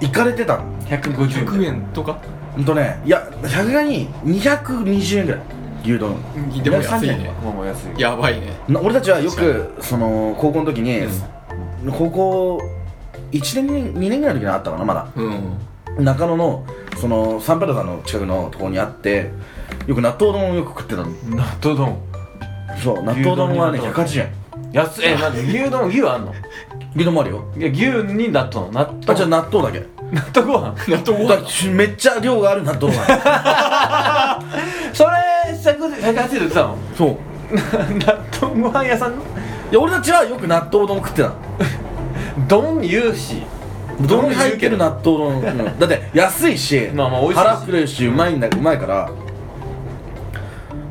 [SPEAKER 2] 行かれてたの
[SPEAKER 1] 150
[SPEAKER 3] 100
[SPEAKER 1] 円
[SPEAKER 3] 円とか
[SPEAKER 2] ほんとねいやさすがに220円ぐらい牛丼
[SPEAKER 3] でも安
[SPEAKER 2] 230
[SPEAKER 3] い
[SPEAKER 2] 円と
[SPEAKER 3] ね
[SPEAKER 2] か
[SPEAKER 1] まあまあ安い
[SPEAKER 3] やばいね
[SPEAKER 2] な俺たちはよくその高校の時に、高校1年2年ぐらいの時にあったかなまだ
[SPEAKER 3] うん
[SPEAKER 2] 中野のそのサンプラザの近くのところにあってよく納豆丼をよく食ってたの
[SPEAKER 1] 納豆丼
[SPEAKER 2] そう納豆丼はね
[SPEAKER 1] 牛丼に納豆
[SPEAKER 2] 180円
[SPEAKER 1] 安いえなんで牛丼牛あんの
[SPEAKER 2] 牛丼もあるよ
[SPEAKER 1] いや牛に納豆なの納
[SPEAKER 2] あじゃあ
[SPEAKER 1] 豆
[SPEAKER 2] 納豆だけ
[SPEAKER 1] 納豆ご飯
[SPEAKER 3] 納豆ご
[SPEAKER 2] だ
[SPEAKER 3] 飯
[SPEAKER 2] めっちゃ量がある納豆が
[SPEAKER 1] それ180円で売ってたの
[SPEAKER 2] そう
[SPEAKER 1] 納豆ご飯屋さんの
[SPEAKER 2] いや俺たちはよく納豆丼食ってたの
[SPEAKER 1] 丼言うし
[SPEAKER 2] 丼に入ってる納豆丼、うんだって安いし
[SPEAKER 1] まあまあ美味しいし
[SPEAKER 2] 腹膨れるしうまいんだうまいから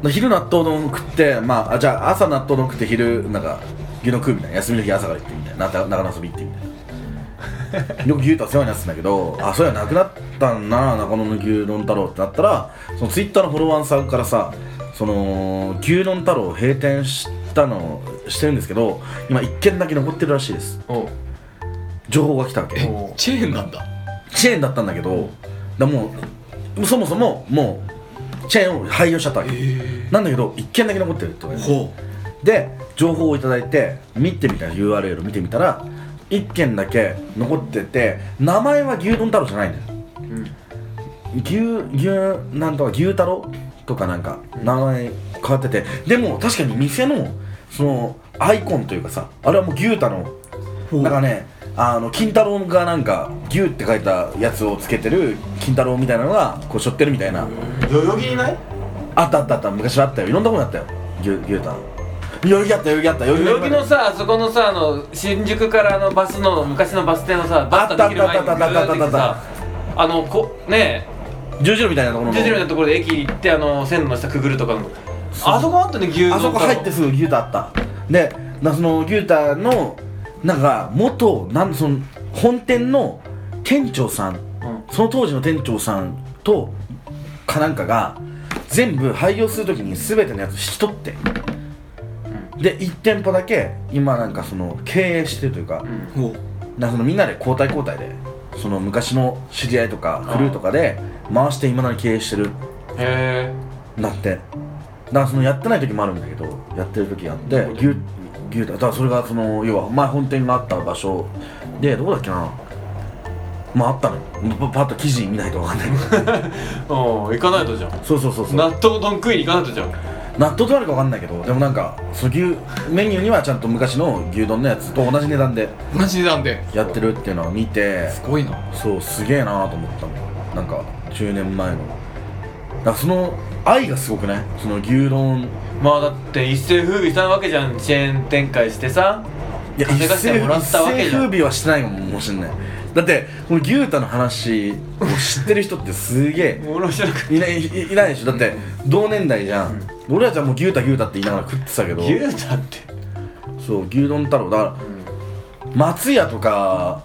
[SPEAKER 2] 昼納豆丼食ってまああじゃあ朝納豆丼食って昼なんか牛丼食うみたいな休みの日朝から行ってみたいなな長野遊び行ってみたいなよく牛太世話になってたんだけどあそういやなくなったんだな中野の牛丼太郎ってなったらそのツイッターのフォロワーさんからさその牛丼太郎閉店したのしてるんですけど今1軒だけ残ってるらしいです
[SPEAKER 1] おう
[SPEAKER 2] 情報が来たわけ
[SPEAKER 1] おう
[SPEAKER 3] チェーンなんだ
[SPEAKER 2] チェーンだったんだけどだもうそもそももうチェーンを廃業しちゃったわけ、なんだけど一軒だけ残ってるってことね
[SPEAKER 3] ほ
[SPEAKER 2] で情報をいただいて見てみた URL を見てみたら一軒だけ残ってて名前は牛丼太郎じゃないんだよ、牛牛なんとか牛太郎とかなんか名前変わっててでも確かに店のそのアイコンというかさあれはもう牛太の
[SPEAKER 3] ほう
[SPEAKER 2] なんかねあの金太郎がなんか牛って書いたやつをつけてる金太郎みたいなのがこう背負ってるみたいな
[SPEAKER 1] 代々木にない
[SPEAKER 2] あったあったあった昔はあったよいろんなとこにあったよ牛牛太郎代々木あった代々木あった
[SPEAKER 1] 代々木
[SPEAKER 2] あ
[SPEAKER 1] のさあそこのさあの新宿からあのバスの昔のバス停のさバスタできる前に
[SPEAKER 2] あったあったあったあったあった
[SPEAKER 1] ずーっと行ってさあのこね
[SPEAKER 2] った十字路みたいなところ
[SPEAKER 1] え
[SPEAKER 2] の
[SPEAKER 1] 十字路のところで駅行ってあの線路の下くぐるとかのあそこあったね牛丼
[SPEAKER 2] あそこ入ってすぐ牛太あったでなその牛太のなんか元なんその本店の店長さん
[SPEAKER 1] うん
[SPEAKER 2] その当時の店長さんとかなんかが全部廃業するときに全てのやつ引き取って、で1店舗だけ今なんかその経営してるというか,、
[SPEAKER 1] うん
[SPEAKER 3] ほう
[SPEAKER 2] なんかそのみんなで交代交代でその昔の知り合いとかクルーとかで回して今なり経営してる
[SPEAKER 1] へ
[SPEAKER 2] んだってだからそのやってない時もあるんだけどやってる時があって牛牛だだからそれがその要は前本店があった場所でどこだっけなまああったのよパパッと記事見ないとわかんないけど
[SPEAKER 1] えお行かないとじゃん
[SPEAKER 2] そうそうそうそう
[SPEAKER 1] 納豆丼食いに行かないとじゃん
[SPEAKER 2] 納豆となるかわかんないけどでもなんかその牛メニューにはちゃんと昔の牛丼のやつと同じ値段で
[SPEAKER 3] 同じ値段で
[SPEAKER 2] やってるっていうのを見て
[SPEAKER 3] すごいな
[SPEAKER 2] そうすげえなと思ったのなんか10年前のからその愛がすごくないその牛丼
[SPEAKER 1] まあだって一世風靡したわけじゃんチェーン展開してさ
[SPEAKER 2] いや
[SPEAKER 1] 稼がせてもらったわ
[SPEAKER 2] 一
[SPEAKER 1] け
[SPEAKER 2] 世
[SPEAKER 1] じゃ
[SPEAKER 2] 風
[SPEAKER 1] ん
[SPEAKER 2] 靡はしてないかももしんないだってこの牛太の話を知ってる人ってすげえ
[SPEAKER 1] 面白く
[SPEAKER 2] いないいいないでしょだって同年代じゃん、俺らじゃもう牛太牛太って言いながら食ってたけど
[SPEAKER 1] 牛だって
[SPEAKER 2] そう牛丼太郎だから松屋とか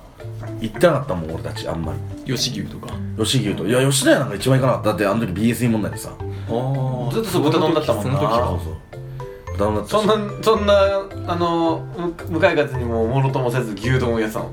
[SPEAKER 2] 行ってなかったもん俺たちあんまり
[SPEAKER 3] 吉牛とか
[SPEAKER 2] 吉牛といや吉田屋なんか一番行かなかっただってあの時 BS 問題でさ
[SPEAKER 3] あ
[SPEAKER 1] ずっとそう豚丼だったもんな
[SPEAKER 3] その時
[SPEAKER 2] そう
[SPEAKER 3] は
[SPEAKER 2] そう豚丼だったし
[SPEAKER 1] そんなそんなあのむ向かい風にももろともせず牛丼をやってたの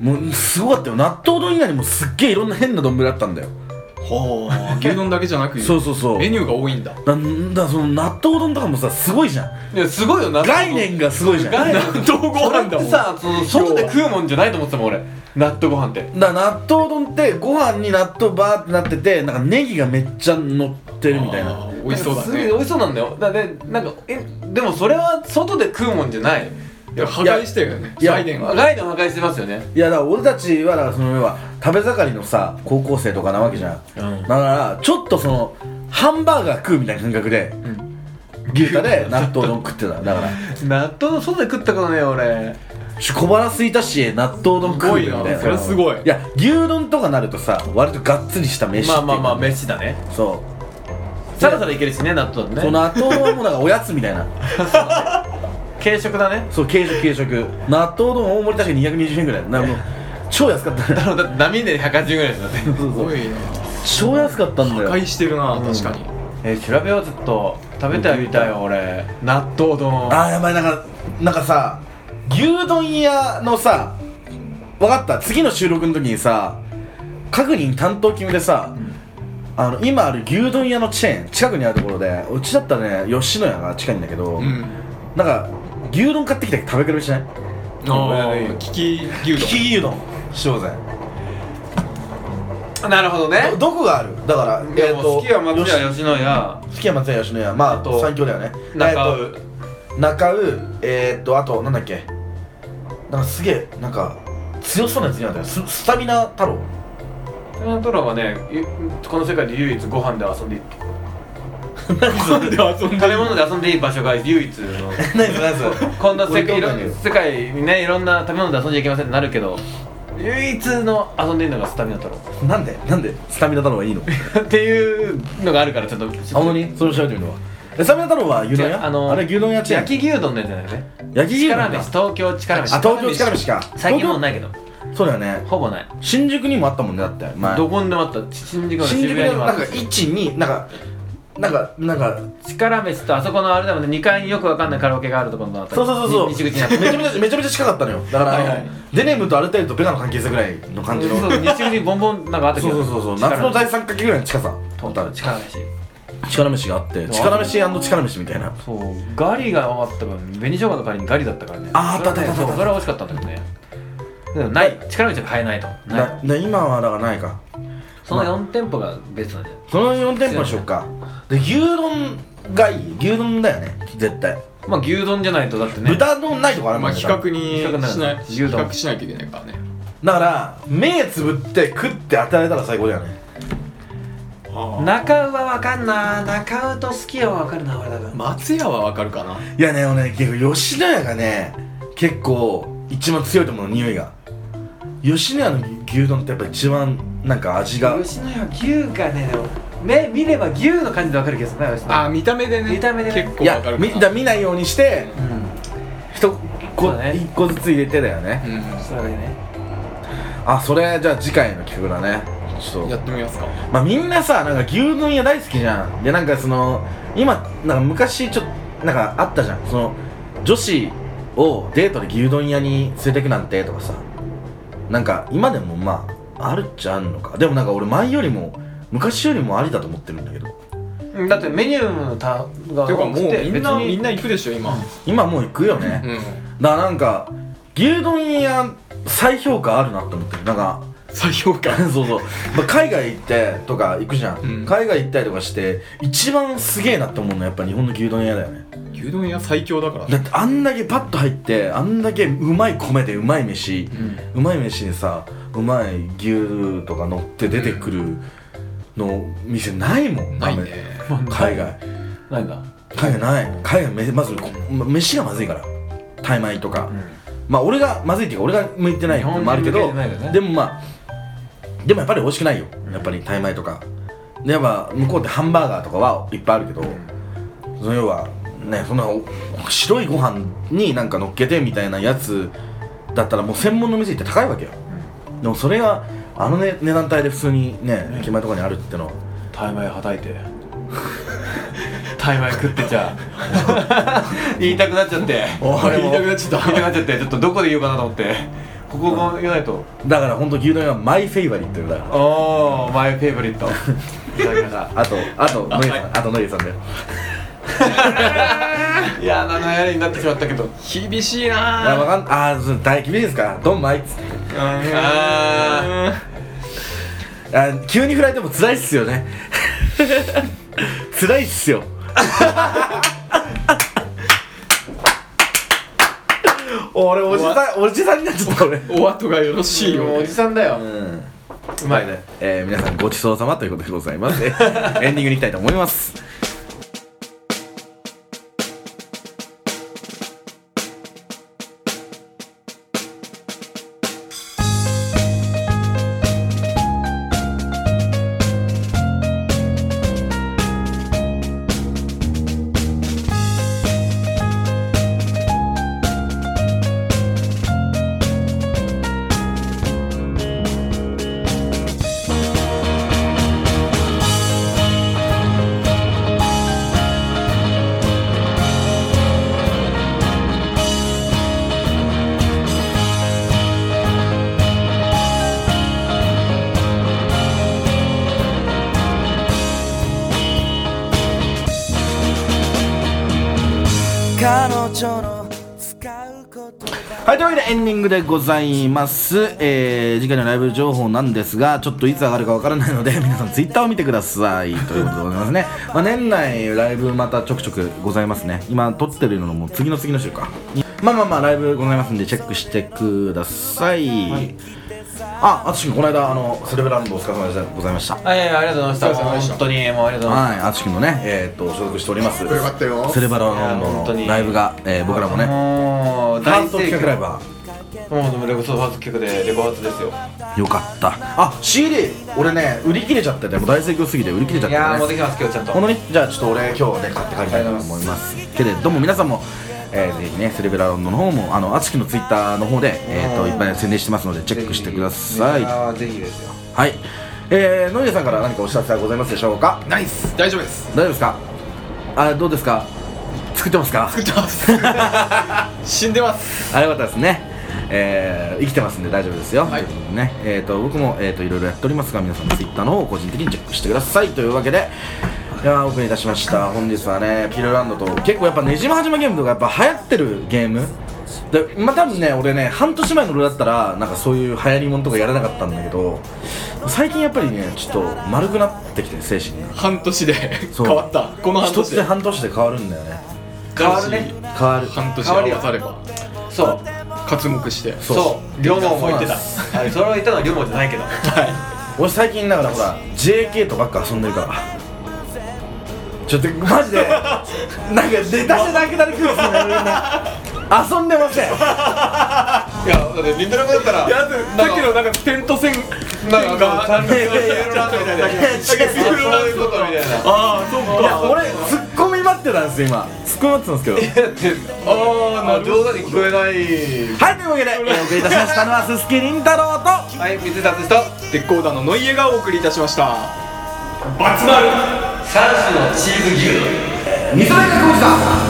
[SPEAKER 2] もうすごかったよ納豆丼以外にもすっげえいろんな変な丼だったんだよ
[SPEAKER 3] ほー牛丼だけじゃなく
[SPEAKER 2] そうそうそう
[SPEAKER 3] メニューが多いんだ
[SPEAKER 2] なんだその納豆丼とかもさすごいじゃん
[SPEAKER 1] いやすごいよな
[SPEAKER 2] 概念がすごいじゃん
[SPEAKER 1] 概念
[SPEAKER 3] 納豆ご飯だもん
[SPEAKER 1] さその外で食うもんじゃないと思ってたもん俺納豆ご飯って
[SPEAKER 2] だから納豆丼ってご飯に納豆バーってなっててなんかネギがめっちゃ乗ってるみたい
[SPEAKER 3] あ
[SPEAKER 2] な
[SPEAKER 3] ー美味しそうだ
[SPEAKER 1] なんかす
[SPEAKER 3] ね
[SPEAKER 1] ごい美味しそうなんだよだでなんかえでもそれは外で食うもんじゃない
[SPEAKER 3] いや破壊してるよね
[SPEAKER 2] いや
[SPEAKER 3] 概念は
[SPEAKER 1] 概念破壊してますよね
[SPEAKER 2] いやだから俺たちはだからその要は食べ盛りのさ高校生とかなわけじゃん、だからちょっとそのハンバーガー食うみたいな感覚で、牛タで納豆丼食ってただから
[SPEAKER 1] 納豆の外で食ったことねえよ俺
[SPEAKER 2] ちょ小腹すいたし納豆丼食うみたい
[SPEAKER 3] すごい
[SPEAKER 2] な
[SPEAKER 3] なそれすごい
[SPEAKER 2] いや牛丼とかなるとさ割とがっつりした飯っていう
[SPEAKER 1] ま
[SPEAKER 2] か
[SPEAKER 1] あまあまあ飯だね
[SPEAKER 2] そう
[SPEAKER 1] サラサラいけるしね納豆
[SPEAKER 2] そ
[SPEAKER 1] だと
[SPEAKER 2] う
[SPEAKER 1] ね
[SPEAKER 2] 納豆丼はもうなんかおやつみたいな
[SPEAKER 1] 軽食だね
[SPEAKER 2] そう軽食軽食納豆丼大盛り確か220円ぐらいなんかもう超安かったね
[SPEAKER 1] だって波で180円ぐらいですだって
[SPEAKER 2] そう
[SPEAKER 3] す
[SPEAKER 2] そ
[SPEAKER 3] ご
[SPEAKER 2] う
[SPEAKER 3] いな
[SPEAKER 2] 超安かったんだ
[SPEAKER 3] 破
[SPEAKER 2] よ
[SPEAKER 3] 壊してるな確かに
[SPEAKER 1] えー、調べようちょっと食べてみたいよ俺納豆丼
[SPEAKER 2] あーやばいなんかなんかさ牛丼屋のさ分かった次の収録の時にさ各人担当決めてさ、あの今ある牛丼屋のチェーン近くにあるところでうちだったらね吉野家が近いんだけど、
[SPEAKER 3] うん
[SPEAKER 2] なんか牛丼買ってきて食べ比べしない
[SPEAKER 3] ああキキ牛
[SPEAKER 2] 利き
[SPEAKER 3] 丼
[SPEAKER 2] 牛丼しようぜ
[SPEAKER 1] なるほどね
[SPEAKER 2] どどこがあるだから
[SPEAKER 1] いやもう好きは松
[SPEAKER 2] 吉
[SPEAKER 1] 屋吉野家
[SPEAKER 2] 好きは松屋吉野家まあ
[SPEAKER 1] あと
[SPEAKER 2] 三強だよね
[SPEAKER 1] 中
[SPEAKER 2] えー
[SPEAKER 1] 尾
[SPEAKER 2] と中尾えー、っとあとなんだっけなんかすげえなんか強そうなやつになんだよススタミナ太 郎
[SPEAKER 1] ナトラはねゆこの世界で唯一ご飯で遊んでいい
[SPEAKER 3] で遊ん
[SPEAKER 1] 食べ物で遊んでいい場所が唯一 の
[SPEAKER 2] 何それ何それ
[SPEAKER 1] こんな世界い
[SPEAKER 2] 俺どう
[SPEAKER 1] ろ
[SPEAKER 2] なんだよ
[SPEAKER 1] ん世界にねいろんな食べ物で遊んじゃいけませんってなるけど唯一の遊んでいいのがスタミナ太郎
[SPEAKER 2] なんでなんでスタミナ太郎 はいいの
[SPEAKER 1] っていうのがあるからちょっと
[SPEAKER 2] あのにそれを調べてみるわえスタミナ太郎は牛丼
[SPEAKER 1] 違う
[SPEAKER 2] 屋
[SPEAKER 1] あの
[SPEAKER 2] あれ牛丼屋チェーン
[SPEAKER 1] 焼き牛丼のやつじゃないよね
[SPEAKER 2] 焼き牛丼
[SPEAKER 1] 力
[SPEAKER 2] か
[SPEAKER 1] 飯東京力飯
[SPEAKER 2] あ東京力飯か
[SPEAKER 1] 最近もうないいけど
[SPEAKER 2] そうだよね
[SPEAKER 1] ほぼない
[SPEAKER 2] 新宿にもあったもんねだって前
[SPEAKER 1] どこにでもあった新宿の
[SPEAKER 2] 新
[SPEAKER 1] 渋
[SPEAKER 2] 宿
[SPEAKER 1] 谷
[SPEAKER 2] で
[SPEAKER 1] にも
[SPEAKER 2] な
[SPEAKER 1] あ
[SPEAKER 2] ん
[SPEAKER 1] っ
[SPEAKER 2] か
[SPEAKER 1] た
[SPEAKER 2] 12なんかなんかなんか
[SPEAKER 1] 力飯とあそこのあれだもんね2階によくわかんないカラオケがあるところのあたり
[SPEAKER 2] そうそうそうそう
[SPEAKER 1] に
[SPEAKER 2] め
[SPEAKER 1] 西
[SPEAKER 2] ちゃ
[SPEAKER 1] 口にあった
[SPEAKER 2] めちゃめちゃめちゃ近かったのよだからあの
[SPEAKER 1] はいはい
[SPEAKER 2] デネムとアルタイルとベガの関係性ぐらいの感じの
[SPEAKER 1] そ
[SPEAKER 2] そうう
[SPEAKER 1] そう西口にボンボンなんかあったけ
[SPEAKER 2] そう
[SPEAKER 1] ど
[SPEAKER 2] そうそう夏の
[SPEAKER 1] 力飯
[SPEAKER 2] 大三角形ぐらいの近さ本当ある
[SPEAKER 1] 力飯
[SPEAKER 2] 力飯があって力飯力飯みたいな
[SPEAKER 1] そうガリがあったから紅生姜の代わりにガリだったからね
[SPEAKER 2] ああったあったあった
[SPEAKER 1] そうそれは美味しかったんだけどねでもない力飯が買えないとない
[SPEAKER 2] なな今はだからないか
[SPEAKER 1] その4店舗が別なんじゃない
[SPEAKER 2] その4店舗にしよっかで牛丼がいい牛丼だよね絶対
[SPEAKER 1] まあ牛丼じゃないとだってね
[SPEAKER 2] 豚丼ないとこある も
[SPEAKER 3] ま
[SPEAKER 2] ん
[SPEAKER 3] あ
[SPEAKER 2] ね
[SPEAKER 3] 比
[SPEAKER 2] だか
[SPEAKER 3] 較にしない
[SPEAKER 1] 比
[SPEAKER 3] 比
[SPEAKER 1] 較になる
[SPEAKER 3] 較しなきゃいけないからね
[SPEAKER 2] ら目つぶって食って当てられたら最高だよね
[SPEAKER 1] 中尾はわかんな中尾と好きよはわかるな俺だから
[SPEAKER 3] 松屋はわかるかない
[SPEAKER 2] やね俺ね結構吉野家がね結構一番強いと思うの匂いが吉野家の牛丼ってやっぱ一番なんか味が
[SPEAKER 1] 吉野家は牛がねでも目見れば牛の感じでわかる気がするな吉野
[SPEAKER 3] あ
[SPEAKER 1] 家
[SPEAKER 3] 見た目でね
[SPEAKER 1] 見た目でね
[SPEAKER 3] 結
[SPEAKER 2] い
[SPEAKER 3] 構わ
[SPEAKER 2] や
[SPEAKER 3] かるか
[SPEAKER 2] み
[SPEAKER 3] な
[SPEAKER 2] だ見ないようにして
[SPEAKER 1] うん
[SPEAKER 2] 一
[SPEAKER 1] そ
[SPEAKER 2] 個
[SPEAKER 1] うだね
[SPEAKER 2] 一個ずつ入れてだよね
[SPEAKER 3] う
[SPEAKER 1] それがいいね
[SPEAKER 2] あそれじゃあ次回の企画だねちょっ
[SPEAKER 3] ん
[SPEAKER 2] と
[SPEAKER 3] やってみますか
[SPEAKER 2] まあみんなさなんか牛丼屋大好きじゃんでなんかその今なんか昔ちょっとなんかあったじゃんその女子をデートで牛丼屋に連れてくなんてとかさなんか今でもまああるっちゃあるのかでもなんか俺前よりも昔よりもありだと思ってるんだけど
[SPEAKER 1] うんだってメニューのたが
[SPEAKER 3] ていうかもうみんな
[SPEAKER 1] 別に
[SPEAKER 3] みんな行くでしょ今
[SPEAKER 2] 今もう行くよね、
[SPEAKER 3] うん
[SPEAKER 2] だからなんか牛丼屋再評価あるなと思ってるなんか
[SPEAKER 3] 再評価
[SPEAKER 2] そうそう、まあ、海外行ってとか行くじゃん、
[SPEAKER 3] うん
[SPEAKER 2] 海外行ったりとかして一番すげえなって思うのはやっぱ日本の牛丼屋だよね
[SPEAKER 3] 牛丼屋最強だから
[SPEAKER 2] だってあんだけパッと入ってあんだけうまい米でうまい飯、うまい飯にさうまい牛とか乗って出てくる、の店ないもん
[SPEAKER 3] ないね
[SPEAKER 2] ラーメン海外
[SPEAKER 3] なんだ
[SPEAKER 2] 海外ない海外めまずこま飯がまずいからタイ米とか、まあ俺がまずいっていうか俺が向いてないのもあるけ
[SPEAKER 3] 日
[SPEAKER 2] ど
[SPEAKER 3] 本人向けてないよ
[SPEAKER 2] で
[SPEAKER 3] ね
[SPEAKER 2] もまあでもやっぱり美味しくないよやっぱりタイ米とかでやっぱ向こうってハンバーガーとかはいっぱいあるけど、その要はねそんなお白いご飯になんか乗っけてみたいなやつだったらもう専門の店行って高いわけよ、でもそれがあの、ね、値段帯で普通にね駅前とかにあるってのは
[SPEAKER 3] タイ米はたいて タイ米食ってちゃ
[SPEAKER 1] 言いたくなっちゃって
[SPEAKER 2] おい
[SPEAKER 1] 俺
[SPEAKER 2] 言
[SPEAKER 1] も
[SPEAKER 2] いた
[SPEAKER 3] くなっちゃった
[SPEAKER 1] 言いたくなっちゃってちょっとどこで言うかなと思ってここが言わないと
[SPEAKER 2] だから本当牛丼がマイフェイバリットよだから
[SPEAKER 1] おおマイフェイブリットいただきました
[SPEAKER 2] あとあとノリさんあとノリさんだよ
[SPEAKER 1] いやー7やりになってしまったけど
[SPEAKER 3] 厳しい
[SPEAKER 2] いやわ
[SPEAKER 3] な
[SPEAKER 2] かんあーそう大厳しいですかドンマイっつって
[SPEAKER 1] あ
[SPEAKER 2] あー急に振られても辛いっすよね 辛いっすよ 俺おじさんおじさんになっちゃった俺
[SPEAKER 3] お後がよろしい
[SPEAKER 1] ーもう
[SPEAKER 3] よ
[SPEAKER 1] おじさんだよ
[SPEAKER 2] うん
[SPEAKER 1] うまいね
[SPEAKER 2] えー、皆さんごちそうさまということでございますえエンディングに行きたいと思いますはい、というわけでエンディングでございます。えー、次回のライブ情報なんですが、ちょっといつ上がるかわからないので、 皆さんツイッターを見てください。ということでございますね。まあ、年内ライブまたちょくちょくございますね。今撮ってるのも次の次の週か。まあまあまあ、ライブございますんで、チェックしてください。あ、あつし君、この間、あの、セレブランドお疲れ様でございました。は
[SPEAKER 1] はいありがとうございました本当にもうありがとうございました
[SPEAKER 2] い、あつし君のね、えー、っと、所属しております。よ
[SPEAKER 4] かったよ
[SPEAKER 2] セレブラン
[SPEAKER 1] いや本
[SPEAKER 2] ド
[SPEAKER 1] 当
[SPEAKER 2] の
[SPEAKER 1] に
[SPEAKER 2] ライブが、えー、僕らもね、フ
[SPEAKER 1] もう
[SPEAKER 2] ァ
[SPEAKER 1] 大
[SPEAKER 2] ースト
[SPEAKER 1] 盛
[SPEAKER 2] 企画ライブ
[SPEAKER 1] 況
[SPEAKER 2] は
[SPEAKER 1] もうでもレコードファースト企画でレコ発ですよ
[SPEAKER 2] よかったあ CD 俺ね売り切れちゃってねもう大盛況すぎて売り切れちゃっ
[SPEAKER 1] いや
[SPEAKER 2] た
[SPEAKER 1] ーもう
[SPEAKER 2] ね
[SPEAKER 1] できます今日ちゃんと
[SPEAKER 2] このねじゃあちょっと俺今日ね買って帰りたいと思いますけれども皆さんもえーぜひねセレブラウンドの方もあのあつきのツイッターの方でえーといっぱい宣伝してますのでチェックしてください
[SPEAKER 1] いやーぜひですよ
[SPEAKER 2] はいえー、ノイデさんから何かお知らせはございますでしょうか
[SPEAKER 3] ナイス大丈夫です
[SPEAKER 2] 大丈夫ですかあどうですか作ってますか
[SPEAKER 3] 作ってます死んでます
[SPEAKER 2] あれよかったですね。えー生きてますんで大丈夫ですよ。
[SPEAKER 3] はい
[SPEAKER 2] ということでね、えっ、と僕もえっ、といろいろやっておりますが皆さんツイッターの方を個人的にチェックしてくださいというわけで。いやーお送りいたしました本日はねピルランドと結構やっぱねじまはじまゲームとかやっぱ流行ってるゲームでまあ多分ね俺ね半年前の俺だったらなんかそういう流行りもんとかやらなかったんだけど最近やっぱりねちょっと丸くなってきて精神が
[SPEAKER 3] 半年で
[SPEAKER 2] そう
[SPEAKER 3] 変わったこの半
[SPEAKER 2] 一
[SPEAKER 3] 年
[SPEAKER 2] つで
[SPEAKER 3] で
[SPEAKER 2] 半年で変わるんだよね
[SPEAKER 1] 変わるね
[SPEAKER 2] 変わる
[SPEAKER 3] 半年
[SPEAKER 1] 変わるよ
[SPEAKER 3] 合わされば
[SPEAKER 1] そう
[SPEAKER 3] 活目して
[SPEAKER 2] そう
[SPEAKER 1] そう両門を言ってた
[SPEAKER 2] そ
[SPEAKER 1] はいそれを言ったのは両門じゃないけ ど
[SPEAKER 3] は
[SPEAKER 2] 俺最近だからほら JK とばっか遊んでるからちょっとマ ジでなんかネタじゃなくなる空気になるな遊んでません
[SPEAKER 1] いやだってみんなのことだったら
[SPEAKER 3] いやだってさっきのなんかテント戦
[SPEAKER 1] なんか
[SPEAKER 3] なんか
[SPEAKER 1] ピルランドみたいなそういうことみたいな
[SPEAKER 3] ああそう
[SPEAKER 2] いや
[SPEAKER 3] か
[SPEAKER 2] 俺ツッコミ待ってたんですよ今ツッコミ待ってたんですけど
[SPEAKER 1] ああなるほど冗談に聞こえない
[SPEAKER 2] はいというわけでお送りいたしましたのはすすきりんたろうと
[SPEAKER 1] はい水達と
[SPEAKER 3] 鉄鋼団のノイエがお送りいたしました
[SPEAKER 1] 三種のチーズ牛丼
[SPEAKER 2] 水谷がこうした